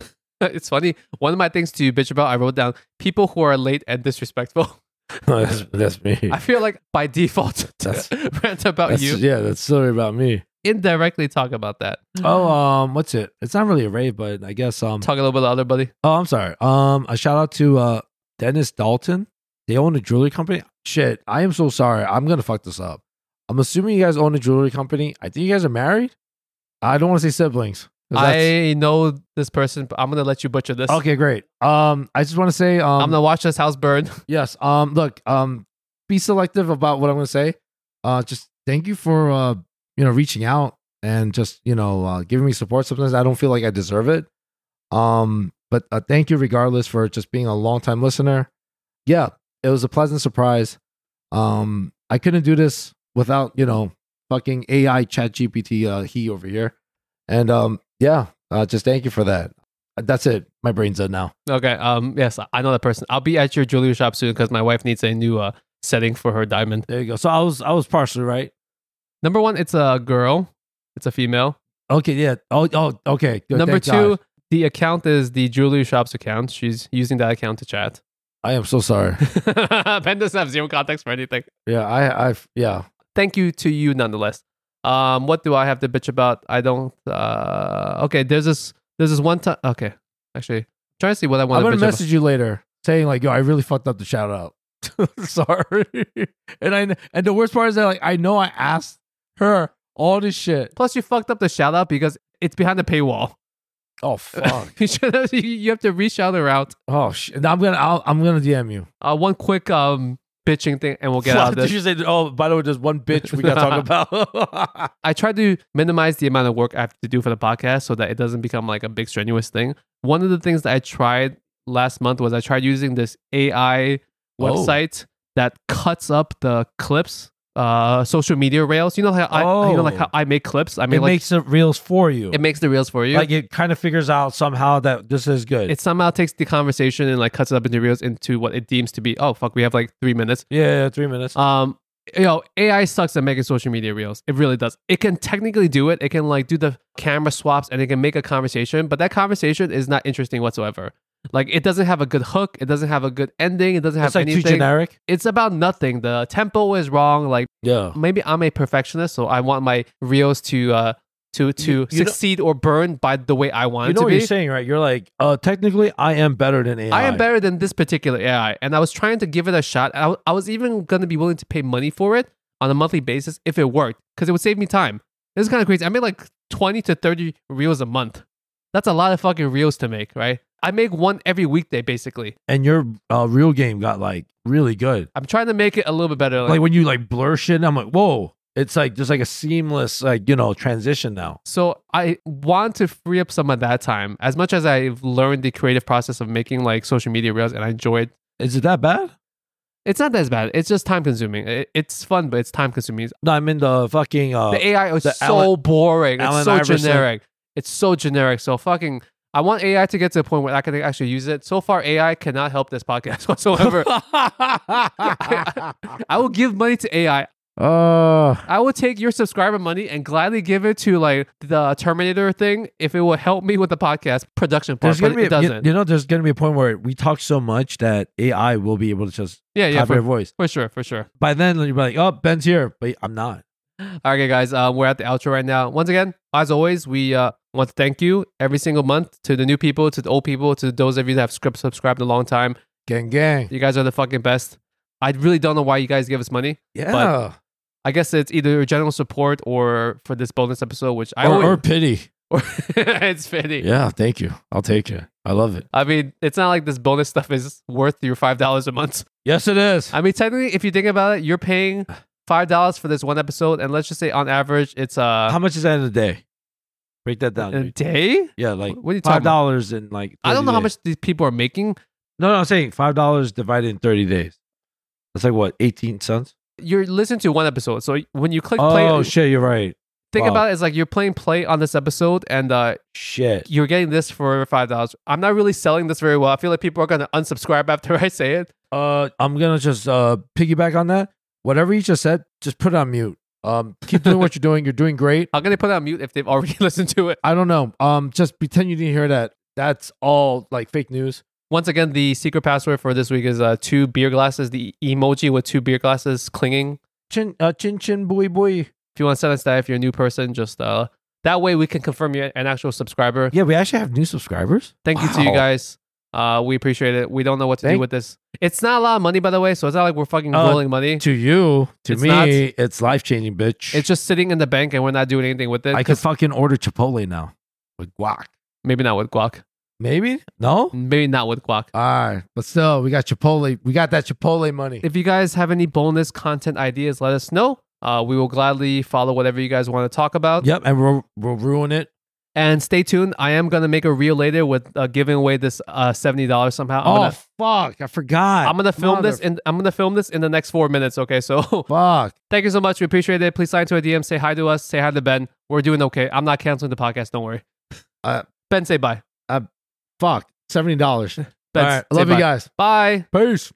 S1: it's funny. One of my things to bitch about, I wrote down people who are late and disrespectful.
S2: that's, that's me.
S1: I feel like by default
S2: That's-
S1: to rant about
S2: That's-
S1: you.
S2: Yeah, that's sorry about me.
S1: Indirectly talk about that.
S2: Oh, um, what's it? It's not really a rave, but I guess um.
S1: Talk a little bit louder, buddy.
S2: Oh, I'm sorry. Um, a shout out to uh Dennis Dalton. They own a jewelry company. Shit, I am so sorry. I'm gonna fuck this up. I'm assuming you guys own a jewelry company. I think you guys are married. I don't want to say siblings. 'cause that's-
S1: I know this person, but I'm gonna let you butcher this.
S2: Okay, great. Um, I just want to say, um,
S1: I'm gonna watch this house burn.
S2: yes. Um, look, um, be selective about what I'm gonna say. Uh, just thank you for uh, you know, reaching out and just you know, uh, giving me support. Sometimes I don't feel like I deserve it. Um, but uh, thank you regardless for just being a long time listener. Yeah, it was a pleasant surprise. Um, I couldn't do this without you know, fucking AI Chat GPT uh, he over here, and um, yeah, uh, just thank you for that. That's it. My brain's dead now.
S1: Okay. Um. Yes, I know that person. I'll be at your jewelry shop soon because my wife needs a new uh setting for her diamond.
S2: There you go. So I was I was partially right.
S1: Number one, it's a girl. It's a female.
S2: Okay, yeah. Oh, oh, okay. Good.
S1: Number
S2: Thank
S1: two,
S2: God.
S1: the account is the jewelry shop's account. She's using that account to chat.
S2: I am so sorry.
S1: ben doesn't have zero context for anything.
S2: yeah, I, I, yeah.
S1: Thank you to you nonetheless. Um, what do I have to bitch about? I don't. Uh, okay, there's this. There's this one time. Okay, actually, trying to see what I
S2: I'm
S1: want
S2: gonna
S1: to bitch
S2: message you later saying like, "Yo, I really fucked up the shout out. Sorry." and I and the worst part is that like I know I asked her all this shit.
S1: about. Plus, you fucked up the shout out because it's behind the paywall.
S2: Oh fuck.
S1: you should have- you- you have to reach out or out.
S2: oh shit. And I'm gonna I'll, I'm gonna DM you.
S1: Uh, one quick um bitching thing, and we'll get out of this.
S2: you say? Oh, by the way, there's one bitch
S1: we gotta talk
S2: about.
S1: I try to minimize the amount of work I have to do for the podcast so that it doesn't become like a big strenuous thing. One of the things that I tried last month was I tried using this AI
S2: Oh.
S1: website that cuts up the clips, uh, social media rails. You know how I, you know, like
S2: Oh.
S1: how I make clips. I
S7: it
S1: mean, like
S7: makes the reels for you.
S1: it makes the reels for you.
S7: like it kind of figures out somehow that this is good.
S1: it somehow takes the conversation and like cuts it up into reels into what it deems to be. Oh fuck, we have like three minutes.
S7: yeah, yeah, three minutes.
S1: Um, you know, AI sucks at making social media reels. It really does. It can technically do it. It can like do the camera swaps and it can make a conversation, but that conversation is not interesting whatsoever. Like it doesn't have a good hook. It doesn't have a good ending. It doesn't have
S7: it's like too
S1: anything.
S7: generic.
S1: it's about nothing. The tempo is wrong. Like
S2: yeah.
S1: maybe I'm a perfectionist, so I want my reels to uh to to
S7: You- you know-
S1: succeed or burn by the way I want
S7: You
S1: it
S7: know
S1: to
S7: what
S1: be.
S7: you're saying, right? You're like,
S2: Uh, technically, I am better than AI.
S1: I am better than this particular AI, and I was trying to give it a shot. I, I was even going to be willing to pay money for it on a monthly basis if it worked, because it would save me time. This is kind of crazy. I made like twenty to thirty reels a month. That's a lot of fucking reels to make, right? I make one every weekday, basically.
S2: And your uh, real game got like really good.
S1: I'm trying to make it a little bit better.
S2: Like,
S1: Like,
S2: when you like blur shit, I'm like, whoa. It's like there's like a seamless like you know transition now.
S1: so I want to free up some of that time. As much as I've learned the creative process of making like social media reels, and I enjoy it.
S2: Is it that bad?
S1: It's not as bad. It's just time consuming. It, it's fun, but it's time consuming.
S2: No, I'm in the fucking uh,
S1: the AI is
S2: the
S1: so
S2: Allen-
S1: boring.
S2: Allen
S1: it's so
S2: Iverson.
S1: generic. It's so generic. So fucking. I want AI to get to a point where I can actually use it. So far, AI cannot help this podcast whatsoever. I will give money to AI.
S2: uh,
S1: I will take your subscriber money and gladly give it to like the Terminator thing if it will help me with the podcast production part.
S2: there's
S1: But
S2: gonna
S1: it
S2: be a- you,
S1: doesn't.
S2: you know there's gonna be a point where we talk so much that AI will be able to just
S1: yeah, yeah,
S2: copy our
S1: for,
S2: voice.
S1: for sure, for sure.
S2: By then you'll be like, oh, Ben's here, but I'm not.
S1: Okay, guys, um, we're at the outro right now. Once again, as always, we uh, want to thank you every single month to the new people, to the old people, to those of you that have script subscribed a long time.
S2: Gang gang.
S1: You guys are the fucking best. I really don't know why you guys give us money.
S2: Yeah.
S1: I guess it's either general support or for this bonus episode, which I
S2: or, or
S1: always,
S2: pity.
S1: it's fitting.
S2: Yeah, thank you. I'll take it. I love it.
S1: I mean, it's not like this bonus stuff is worth your five dollars a month.
S2: Yes, it is.
S1: I mean, technically, if you think about it, you're paying five dollars for this one episode, and let's just say on average, it's uh,
S2: How much is that in a day? Break that down.
S1: a
S2: dude.
S1: day.
S2: Yeah, like
S1: what are you
S2: five
S1: talking about?
S2: dollars in like.
S1: I don't
S2: 30
S1: know how
S2: days.
S1: much these people are making.
S2: No, no, I'm saying five dollars divided in thirty days. That's like what eighteen cents.
S1: You're listening to one episode, so when you click play, uh,
S2: Oh shit, you're right.
S1: think
S2: wow.
S1: about it as like you're playing play on this episode, and uh,
S2: Shit.
S1: you're getting this for five dollars. I'm not really selling this very well. I feel like people are gonna unsubscribe after I say it.
S2: Uh, I'm gonna just uh piggyback on that. Whatever you just said, just put it on mute. Um, keep doing what you're doing. You're doing great.
S1: How can they put it on mute if they've already listened to it?
S2: I don't know. Um, just pretend you didn't hear that. That's all like fake news.
S1: Once again, the secret password for this week is uh, two beer glasses. The emoji with two beer glasses clinging.
S2: Chin, uh, chin, chin, boy, boy.
S1: If you want to send us that, if you're a new person, just uh, that way we can confirm you're an actual subscriber.
S2: Yeah, we actually have new subscribers.
S1: Thank you to you
S2: Wow.
S1: guys. Uh, we appreciate it. We don't know what to do
S2: Thank-
S1: with this. It's not a lot of money, by the way, so it's not like we're fucking
S2: Uh,
S1: rolling money.
S2: To you, to
S1: It's
S2: me,
S1: not-
S2: it's life changing, bitch.
S1: It's just sitting in the bank and we're not doing anything with it.
S2: I could
S1: 'cause-
S2: fucking order Chipotle now with guac.
S1: maybe not with guac.
S2: Maybe no.
S1: Maybe not with guac.
S2: All right, but still, we got Chipotle. We got that Chipotle money.
S1: If you guys have any bonus content ideas, let us know. Uh, we will gladly follow whatever you guys want to talk about.
S2: Yep, and we'll we'll ruin it.
S1: And stay tuned. I am gonna make a reel later with uh, giving away this uh, seventy dollars somehow. I'm gonna,
S2: Oh, fuck! I forgot.
S1: I'm gonna film this,
S2: Mother-
S1: and I'm gonna film this in the next four minutes. Okay, so
S2: Fuck.
S1: thank you so much. We appreciate it. Please sign to a DM. Say hi to us. Say hi to Ben. We're doing okay. I'm not canceling the podcast. Don't worry.
S2: Uh,
S1: ben, say bye.
S2: Fuck. Seventy dollars. All
S1: Ben,
S2: right.
S1: say
S2: Love
S1: bye.
S2: you guys.
S1: Bye.
S2: Peace.